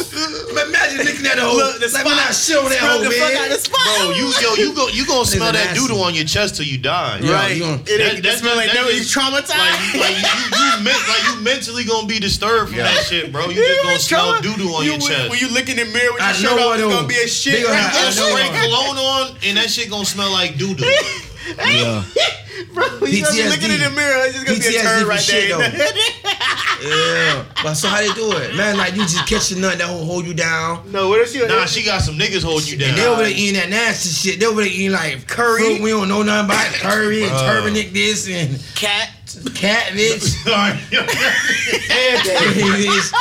S4: But Imagine looking at a hoe.
S2: Look, the
S4: like when I
S2: spot.
S4: shit on that hoe,
S2: Scrub the fuck
S4: man.
S2: out the spot.
S1: Bro, you yo, you go, you gonna smell that
S4: nasty.
S1: doodle on your chest till you die.
S4: Yeah.
S2: right?
S4: you gonna-
S2: it
S1: That-
S2: ain't
S1: that's
S2: smell like
S1: just-
S2: that.
S1: that's
S2: You
S1: just-
S2: traumatized.
S1: Like, you, like you, you, men- like you mentally gonna be disturbed from
S4: Yeah.
S1: that shit, bro. You just gonna
S2: was
S1: smell
S2: trauma-
S1: doodle on
S2: you
S1: your
S2: when-
S1: chest.
S2: When you look in the mirror with
S4: I
S2: your shirt
S4: know I
S2: off, it's
S4: don't.
S2: gonna be a shit.
S4: They gonna
S2: right?
S4: have-
S1: Gonna
S4: I know
S1: spray
S4: it.
S1: cologne on, and that shit gonna smell like doodle.
S3: Yeah.
S2: Bro, you gonna be looking in the mirror. It's just gonna be a
S4: PTSD
S2: turn
S4: for
S2: right
S4: shit,
S2: there.
S4: Yeah. But so how they do it? Man, like you just catch a nut that will hold you down.
S2: no, what if she?
S1: Nah, she got some niggas holding you
S4: And they
S1: down.
S4: over there eating that nasty shit. They over there eating like
S2: Curry.
S4: fruit We don't know nothing about curry and turmeric this and
S2: cat.
S4: catfish.
S1: Sorry.
S4: bitch.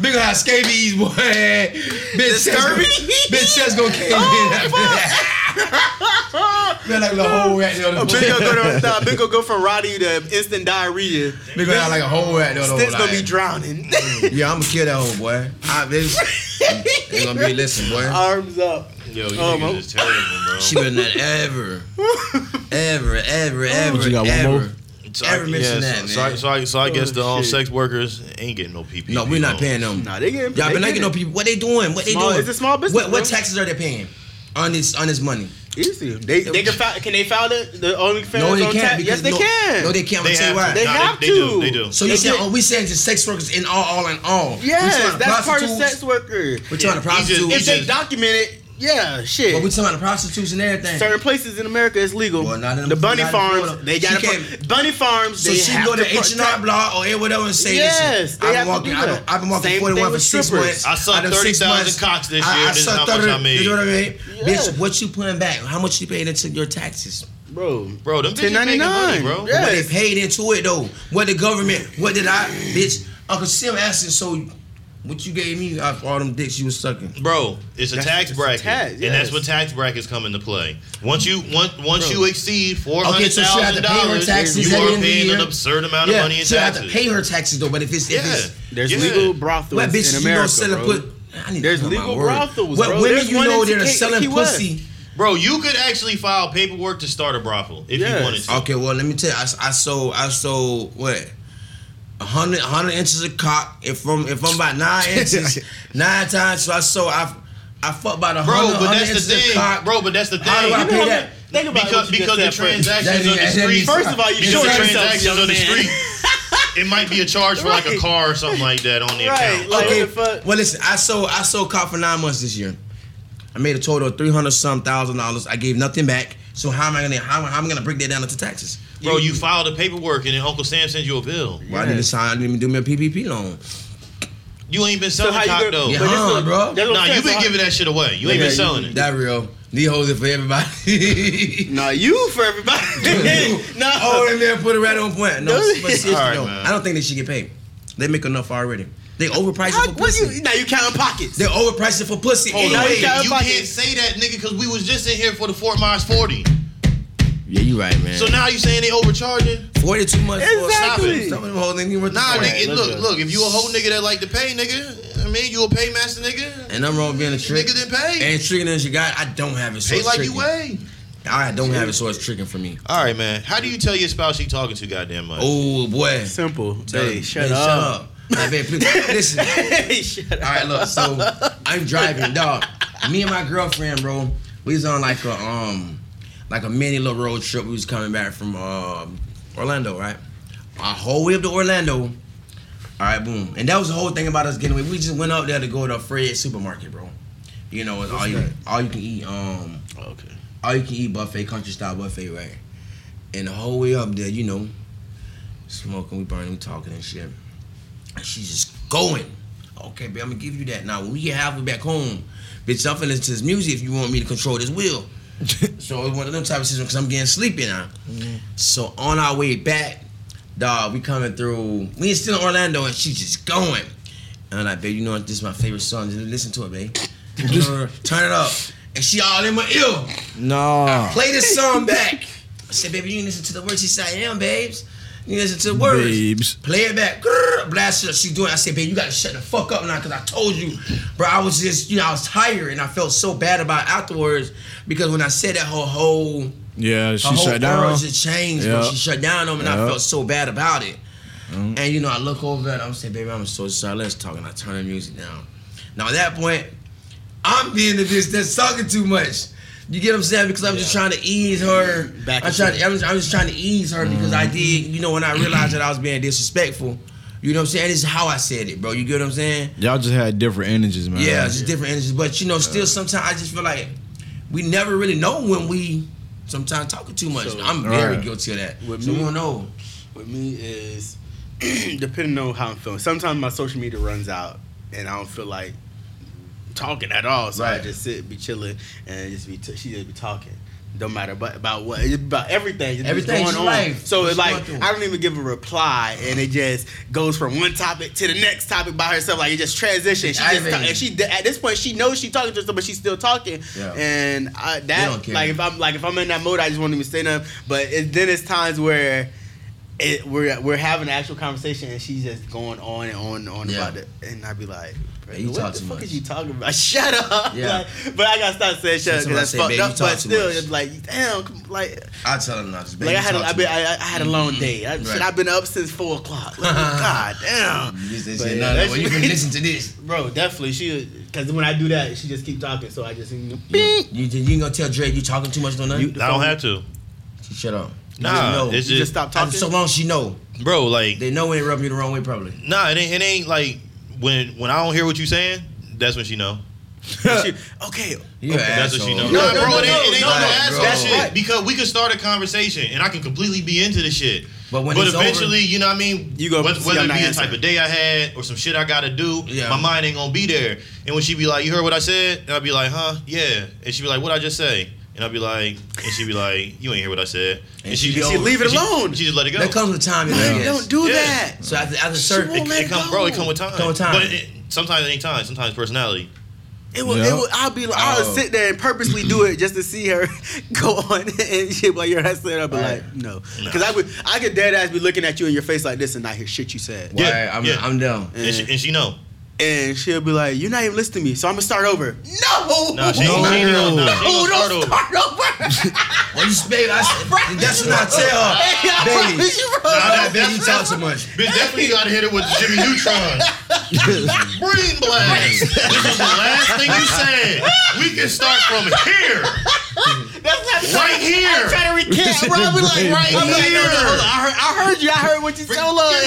S4: Big how scabies, boy. Bitch, chest gonna,
S2: scurvy? Oh,
S4: bitch, chest gonna cave in. Man, like a whole rat the
S2: A
S4: other
S2: big
S4: day.
S2: girl go to nah, big girl go from Roddy to instant diarrhea.
S4: Big girl like a whole rat the other
S2: This gonna be
S4: like,
S2: drowning.
S4: Yeah, I'm gonna kill that whole boy. I, bitch, it's Mm. gonna be listen, boy.
S2: Arms up.
S1: Yo, you
S2: Oh,
S1: niggas
S2: my-
S1: is terrible, bro.
S4: Um, She better not ever, ever,
S2: Oh.
S4: ever, ever,
S3: you got one
S4: ever.
S3: more?
S1: So
S4: Ever mention
S1: so-
S4: that,
S1: so,
S4: man. Oh,
S1: I, so, I, so I guess the um,
S2: shit.
S1: sex workers ain't getting no PPP.
S4: No, we're not
S1: loan.
S4: paying them.
S2: Nah, they getting.
S4: Y'all
S2: they
S4: been not getting no people. What they doing? What they
S2: Small-
S4: doing?
S2: it's a small business,
S4: What, what
S2: bro.
S4: taxes are they paying on this on this money?
S2: Easy. They they can file. Can they file the, the OnlyFans
S4: No, they
S2: on
S4: can't.
S2: tap? Yes,
S4: because
S2: they
S4: no,
S2: can.
S4: No, they can't. I'm
S1: They
S4: gonna tell you
S1: have,
S4: why.
S1: to.
S2: They
S1: Nah,
S2: have
S1: they,
S2: to.
S1: do. They do.
S4: So you
S2: They
S4: saying,
S2: get-
S4: oh, we saying just sex workers in all, all in all? We
S2: Yes,
S4: talking
S2: that's part of
S4: prostitutes,
S2: sex worker.
S4: We're trying
S1: Yeah,
S4: to
S1: he just-
S4: prostitute.
S2: If
S1: It's
S4: But
S2: they
S1: just-
S2: document it, yeah, shit.
S4: we talking about prostitutes and everything.
S2: Certain places in America it's legal.
S4: Well, not in-
S2: the bunny
S4: not in
S2: farms,
S4: Florida.
S2: they
S4: She
S2: got
S4: can't-
S2: bunny farms.
S4: so
S2: they
S4: she
S2: have
S4: can go to
S2: pro-
S4: H and R Block or whatever and say,
S2: Yes,
S4: listen,
S2: they
S4: I've
S2: have
S4: been walking,
S2: to do
S4: I've
S2: that.
S4: been, I've been walking
S2: Same
S4: forty
S2: thing
S4: one for
S2: with
S4: six
S2: strippers.
S4: months.
S1: I sucked
S4: done six
S1: 30,000
S4: months.
S1: cocks this
S4: I,
S1: year.
S4: I
S1: This is
S4: sucked
S1: how much I made.
S4: You know what I mean?
S2: Yes.
S4: Bitch, what you putting back? How much you paid into your taxes?
S2: bro.
S1: Bro, them bitches making money,
S2: 1099,
S1: bro.
S2: yeah.
S4: What they
S2: Yes.
S4: paid into it though? What the government? What did I? Bitch, Uncle Sim asking. So, what you gave me out for all them dicks you was sucking?
S1: Bro, it's a
S4: That's-
S1: tax
S4: it's a
S1: bracket,
S2: tax,
S1: and that's
S2: yes.
S1: what tax brackets come into play. Once you once once you exceed four
S4: Okay,
S1: hundred
S4: so she had
S1: thousand
S4: to pay her
S1: dollars,
S4: taxes
S1: you
S4: at the
S1: are
S4: end of the
S1: paying an
S4: year?
S1: absurd amount of money in
S4: she have
S1: taxes.
S4: to pay her taxes though. But if it's if
S1: yeah,
S4: it's
S2: There's
S1: yeah.
S2: legal brothels
S4: Well, bitch,
S2: in
S4: you know
S2: America,
S4: selling
S2: bro.
S4: put. I need to
S2: There's
S4: come up my
S2: legal
S4: word.
S2: brothels,
S4: What
S2: bro.
S4: women
S2: There's
S4: you
S2: one
S4: know
S2: in
S4: that are
S2: Key-
S4: selling
S2: Key West.
S4: pussy?
S1: Bro, you could actually file paperwork to start a brothel if
S2: Yes.
S1: you wanted to.
S4: Okay, well let me tell you, I, I sold I sold what. a 100, a 100 inches of cock. If I'm if I'm about nine inches, nine times. So I sold I I fuck about a
S1: Bro,
S4: hundred.
S1: but that's the
S4: 100 inches of
S1: thing.
S4: cock.
S1: Bro, but that's the thing.
S4: How do I pay
S2: how
S4: that?
S2: much- Think about
S1: because
S2: what you
S1: because
S2: just
S1: the
S2: said first.
S1: transactions on the
S4: That
S1: street.
S4: is-
S2: First of all, you
S1: Because
S2: showing
S1: the
S4: Showing
S2: yourself,
S1: transactions on the
S2: young man.
S1: street, it might be a charge for like a
S2: Right.
S1: car or something like that on the
S2: Right,
S1: account.
S2: like-
S4: Okay.
S2: what the fuck?
S4: Well, listen, I sold I sold cock for nine months this year. I made a total of three hundred some thousand dollars. I gave nothing back. So how am I gonna how, how am I gonna break that down into taxes?
S1: Bro, you filed the paperwork and then Uncle Sam sends you a bill.
S4: Well, I didn't sign. I didn't even do me a PPP loan.
S1: You ain't been
S2: So
S1: selling
S2: how you
S1: cock
S2: gonna-
S1: though.
S4: Yeah,
S2: but this
S4: huh,
S2: is-
S4: bro.
S2: that's what I'm
S1: Nah,
S2: saying,
S1: you
S2: so
S1: been
S2: how-
S1: giving that shit away. You ain't been selling it.
S4: That real. These hoes are for everybody.
S2: Nah, you for everybody. no.
S4: oh, that man put it right on point. No,
S2: Really?
S4: but seriously,
S1: All right,
S4: though,
S1: man.
S4: I don't think they should get paid. They make enough already. They overpriced
S2: How,
S4: it for
S2: what
S4: pussy.
S2: you, now you counting pockets.
S4: They overpriced it for pussy.
S1: Hold on,
S2: Now
S1: wait,
S2: you
S1: you
S4: anyway.
S2: got a bucket.
S1: can't say that, nigga, because we was just in here for the Fort Myers 40.
S4: Yeah, you right, man.
S1: So now you saying they overcharging?
S4: forty-two months. for a
S2: Exactly.
S4: stopper. Some of them hoes ain't even worth the
S1: Nah,
S4: forty.
S1: nigga,
S2: let's
S1: look,
S2: go.
S1: look, if you a whole nigga that like to pay, nigga, I mean, you a paymaster, nigga,
S4: And I'm wrong being a trick.
S1: nigga didn't pay.
S4: And tricking as you got, I don't have it. So
S1: Pay
S4: it's
S1: like
S4: tricking.
S1: you weigh.
S4: I don't have it, so it's tricking for me.
S1: All right, man. How do you tell your spouse she talking to goddamn much?
S4: Oh boy.
S2: Simple.
S4: Tell
S2: Hey,
S4: him,
S2: shut,
S4: "Hey,
S2: up.
S4: Like, babe, please, listen.
S2: Hey, shut
S4: All
S2: up.
S4: right, look. So I'm driving, dog. Me and my girlfriend, bro. We was on like a um, like a mini little road trip. We was coming back from um Orlando, right? Our whole way up to Orlando. All right, boom. And that was the whole thing about us getting away. We just went up there to go to a Fred's supermarket, bro. You know, it's all you all you can eat um
S1: Okay.
S4: all you can eat buffet, country style buffet, right? And the whole way up there, you know, smoking, we burning, we talking and shit. And she's just going. Okay, babe, I'm gonna give you that. Now when we get halfway back home, bitch, I'm finna listen to this music if you want me to control this wheel. so it's one of them type of situations because I'm getting sleepy now. So on our way back, dog, we coming through. We ain't still in Orlando and she's just going. And I'm like, babe, you know what? This is my favorite song. Just listen to it, babe. Turn it up. And she all in my ear
S3: Nah.
S4: play this song back. I said, baby, you didn't listen to the words. She said, damn, babes. You didn't listen to the words.
S3: Babes.
S4: Play it back. Grrr, blast it up. She doing it. I said, babe, you got to shut the fuck up now because I told you. Bro, I was just, you know, I was tired and I felt so bad about it afterwards because when I said that, her whole, her
S3: Yeah, she
S4: whole
S3: shut
S4: world
S3: down.
S4: just changed.
S3: Yeah.
S4: When she shut down on me and I
S3: Yeah. Mm-hmm.
S4: felt so bad about it. And, you know, I look over and I'm saying, baby, I'm so sorry. Let's talk. And I turn the music down. Now, at that point, I'm being the bitch that's talking too much. You get what I'm saying? Because I'm just trying to ease her.
S2: Back
S4: I'm,
S2: and
S4: trying to, I'm, just, I'm just trying to ease her because
S3: Mm-hmm.
S4: I did, you know, when I realized that I was being disrespectful. You know what I'm saying? This is how I said it, bro. You get what I'm saying?
S3: Y'all just had different energies, man.
S2: Uh-huh.
S4: Yeah, it's just different energies. But you know, still sometimes I just feel like we never really know when we sometimes talking too much.
S2: So-
S4: I'm very
S3: Right.
S4: guilty of that.
S2: With
S4: so
S2: me-
S4: we don't know.
S2: With me is depending on how I'm feeling. Sometimes my social media runs out and I don't feel like talking at all. So I
S4: Right.
S2: just sit, be chilling, and just be t- she just be talking. Don't matter but about what it's about everything. It's
S4: Everything,
S2: going
S4: it's
S2: on.
S4: life.
S2: So
S4: It's
S2: it's like
S4: going through.
S2: I don't even give a reply, and it just goes from one topic to the next topic by herself. Like it just transitions. She just
S4: Diving.
S2: ta- and she at this point she knows she's talking to herself, but she's still talking.
S4: Yeah.
S2: And I, that
S4: They don't care.
S2: like if I'm like if I'm in that mode, I just want to be staying up. But it, then it's times where it, we're we're having an actual conversation, and she's just going on and on and on
S4: Yeah.
S2: about it, and I'd be like.
S4: Yeah, you
S2: what
S4: talk
S2: the
S4: too
S2: fuck
S4: much.
S2: is you talking about? Shut up!
S4: Yeah.
S2: Like, but I gotta stop saying shut up
S4: Sometimes I
S2: because that's
S4: say,
S2: fucked
S4: "Babe, you
S2: up.
S4: talk
S2: But
S4: too
S2: still,
S4: much."
S2: it's like, damn, come- like,
S4: I tell them not to.
S2: like I had, a, I, been, I, I had a long day. I,
S4: Mm-hmm. Right.
S2: Shit, I've been up since four o'clock. Like, God damn, But yeah, that's-
S4: you can listen to this.
S2: bro, definitely she. Because when I do that, she just keep talking. So I just, you
S4: You, you, you ain't gonna tell Drake you talking too much, don't nothing?
S2: You-
S1: I don't have to.
S4: Shut up. You
S1: Nah,
S4: just know.
S1: it's
S2: just
S1: just
S2: stop talking.
S4: After so long she know.
S1: bro. Like,
S4: They know when they rub you the wrong way, probably.
S1: nah, it ain't, it ain't like when when I don't hear what you saying. That's when she know.
S2: She- okay,
S4: You okay,
S1: That's what she know.
S2: No,
S1: Nah,
S2: no,
S1: bro,
S2: no,
S1: it ain't,
S2: no,
S1: it ain't
S2: no,
S1: no,
S2: no,
S1: ass
S4: bro.
S1: that shit.
S2: Right.
S1: Because we could start a conversation and I can completely be into the shit.
S4: But when it's
S1: eventually, you know what I mean?
S2: You gonna
S1: whether,
S2: see
S1: whether
S2: I'm
S1: it
S2: not
S1: be the
S2: answering.
S1: type of day I had or some shit I gotta do,
S4: Yeah.
S1: my mind ain't gonna be there. And when she be like, You heard what I said? And I'd be like, Huh? Yeah. And she'd be like, What I just say? And I'd be like, and she'd be like, You ain't hear what I said. And,
S4: And
S1: she
S4: she
S1: just-
S4: be- She
S2: leave it
S1: and she-
S2: alone.
S1: She just let it go.
S4: That comes with time. Yeah.
S2: you don't do
S1: Yeah.
S2: that.
S4: So after, after
S2: She
S4: certain,
S2: won't
S1: it, it
S2: let
S1: come,
S2: go.
S1: bro, it come with time.
S4: Come with time.
S1: But it, sometimes it ain't time. Sometimes it's personality.
S2: It will,
S3: Yeah.
S2: it will, I'll be like, I'll
S4: Oh.
S2: sit there and purposely do it just to see her go on and shit like your ass said. I'll be
S4: Right.
S2: like, no.
S1: No.
S2: Because I would, I could dead ass be looking at you in your face like this and not hear shit you said.
S4: Why,
S1: Yeah,
S4: I'm,
S1: yeah.
S4: I'm down.
S1: And, she, and she know.
S2: And she'll be like, you're not even listening to me, so I'm going to start over. No!
S1: Nah, she,
S3: No.
S1: she ain't gonna, nah, she ain't gonna
S2: No,
S1: start
S2: don't
S1: over.
S2: start over.
S4: Well, you baby, I said, that's what I
S2: Hey, I
S4: tell her. baby,
S2: promise you, bro.
S4: nah, that baby, you talk too much.
S1: Bitch, definitely gotta hit it with Jimmy Neutron. Brain blast. This was the last thing you said. We can start from here.
S2: That's not
S1: Right here.
S2: trying to recap, bro. I'll be like, right
S1: Right
S2: here.
S1: here.
S2: I, heard, I heard you. I heard what you
S1: Forget
S2: told
S1: all
S2: us.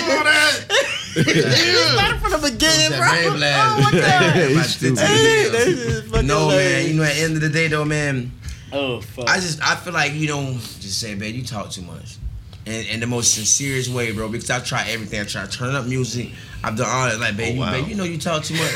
S1: that.
S2: Started from the beginning,
S4: That
S2: bro.
S4: brain blast.
S2: Oh, my God.
S3: It's stupid.
S2: Hey, that's just fucking
S4: No man,
S2: hilarious.
S4: you know at the end of the day though, man,
S2: Oh, fuck.
S4: I just I feel like you don't just say, babe, you talk too much. And in the most sincerest way, bro, because I try everything. I try to turn up music. I've done all that. Like, babe,
S1: Oh, wow.
S4: you, babe, you know you talk too much.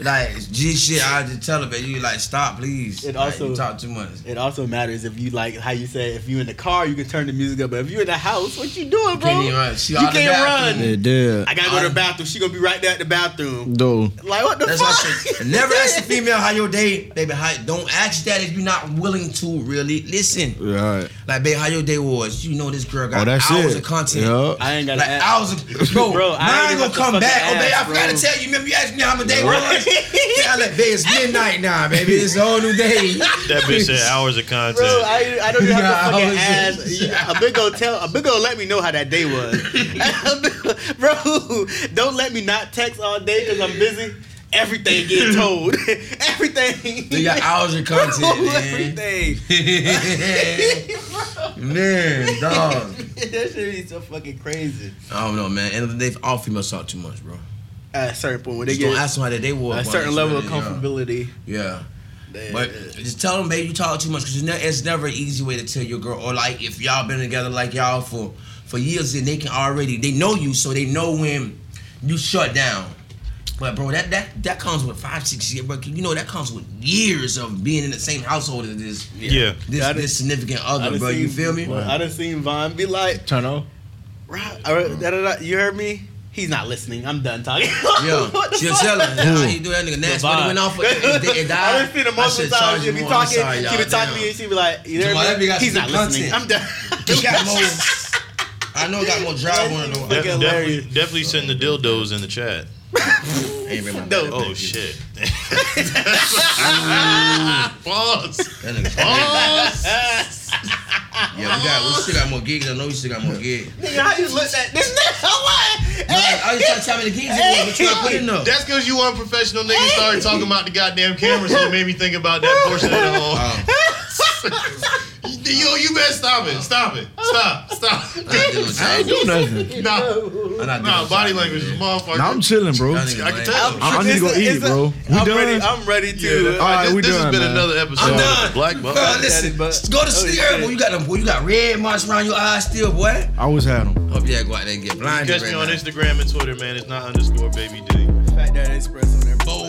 S4: Like G shit, I just tell her, but you like stop, please.
S2: It
S4: It
S2: also-
S4: you talk too much.
S2: It also matters if you like how you say if you in the car you can turn the music up, but if you in the house, what you doing, bro?
S4: Can't even run. She
S2: you
S4: out the
S2: can't
S4: bathroom.
S2: run.
S3: It did.
S2: I gotta go to the bathroom. She gonna be right there at the bathroom.
S3: Though.
S2: Like what the
S4: That's why I
S2: fuck?
S4: said, never ask a female how your day, baby. How, don't ask that if you're not willing to really listen.
S3: Right.
S4: Like, babe, how your day was? You know this girl
S3: Oh,
S4: got
S3: that's
S4: hours
S3: it.
S4: of content.
S3: Yup.
S2: I ain't gotta
S4: Like
S2: ask.
S4: hours of bro,
S2: Bro, I
S4: mine gonna
S2: ain't even have to
S4: come
S2: fucking
S4: back. oh, babe, I
S2: ask,
S4: forgot
S2: bro.
S4: to tell you. Remember you asked me how my day was?
S2: Right.
S4: yeah, like, babe, it's midnight now, baby. It's a whole new day.
S1: That bitch said hours of content.
S2: Bro, I, I don't even have to
S4: Yeah,
S2: fucking
S4: I
S2: ask.
S4: was-
S2: You- A big old tell, a big old let me know how that day was. Bro, don't let me not text all day because I'm busy. Everything getting told. Everything.
S4: They got hours of content,
S2: Bro,
S4: man.
S2: everything.
S4: man, dog.
S2: that shit be so fucking crazy.
S4: I don't know, man. And they all females talk too much, bro.
S2: At a certain point, when they
S4: Just don't
S2: get
S4: ask them how their day was.
S2: a
S4: bro.
S2: certain
S4: It's
S2: level of
S4: really, yeah. Yeah.
S2: comfortability, they-
S4: But just tell them, baby, you talk too much because it's, ne- it's never an easy way to tell your girl. Or like if y'all been together like y'all for for years, then they can already they know you, so they know when you shut down. But bro, that that that comes with five, six years, bro. You know that comes with years of being in the same household as this
S1: yeah.
S4: this,
S2: I done-
S4: this significant
S2: I
S4: other,
S2: done
S4: bro. You
S2: seen-
S4: feel me?
S2: I done seen Vaughn be like,
S3: Turn off.
S2: "Rob, all right, da, da, da, you heard me? He's not listening. I'm done talking.
S4: Yeah,
S2: What the
S4: she'll
S2: fuck?
S4: tell him. How you do that nigga?
S2: The
S4: That's when it went
S2: vibe.
S4: off. It, it, it died.
S2: I done seen him
S4: I
S2: multiple
S4: should charge
S2: times. She
S4: you
S2: be
S4: more. I'm
S2: talking,
S4: sorry,
S2: she
S4: y'all.
S2: be talking to
S4: Damn.
S2: me, and she be like, you heard
S4: Jamal, that
S2: me?
S4: nigga got
S2: He's
S4: some
S2: not
S4: content.
S2: listening. I'm done.
S4: It got more. I know it got more drive on it. though.
S1: Def-
S2: Fucking
S1: definitely,
S2: hilarious.
S1: definitely send the dildos in the chat.
S4: Ain't remember
S2: Dope.
S4: that.
S1: Oh
S4: Thank you.
S1: shit. Pause.
S4: That nigga- Yeah, we got we still got more gigs. I know we still got more gigs.
S2: Nigga, how you look at this nigga? What?
S4: I, I was trying to tell me the gigs it was, but you not putting them.
S1: That's because you unprofessional niggas started talking about the goddamn camera, so it made me think about that portion of the whole.
S4: Oh,
S1: Yo, you better stop it. Stop it. Stop. Stop.
S4: I'm not doing
S3: I ain't
S4: child.
S3: do nothing.
S1: Nah,
S4: I'm not doing
S1: nah, body
S4: child,
S1: language is
S4: man.
S1: motherfucker.
S3: Nah, I'm chilling, bro.
S4: Y'all
S3: All
S1: I
S4: niggas
S1: can
S4: lame.
S1: tell.
S2: I'm-
S3: I need to go
S2: It's a-
S3: eat,
S2: it's a-
S3: bro. We
S2: I'm
S3: done?
S2: ready. I'm ready to.
S1: Yeah,
S3: All right,
S1: this,
S3: we
S1: this
S3: done,
S1: has been
S3: man.
S1: another episode
S4: I'm
S1: of the
S4: done.
S1: Black
S4: Bro,
S1: Buck.
S4: listen.
S2: Daddy, but-
S4: just Go to sleep,
S2: shit.
S4: boy. You got them, boy. You got red marks around your eyes still, boy.
S3: Always had them.
S4: Hope you ain't go out there and get blinded.
S1: Catch me
S4: right
S1: on
S4: now.
S1: Instagram and Twitter, man. It's not underscore baby D.
S2: Fat Dad Express on there.
S4: Boom.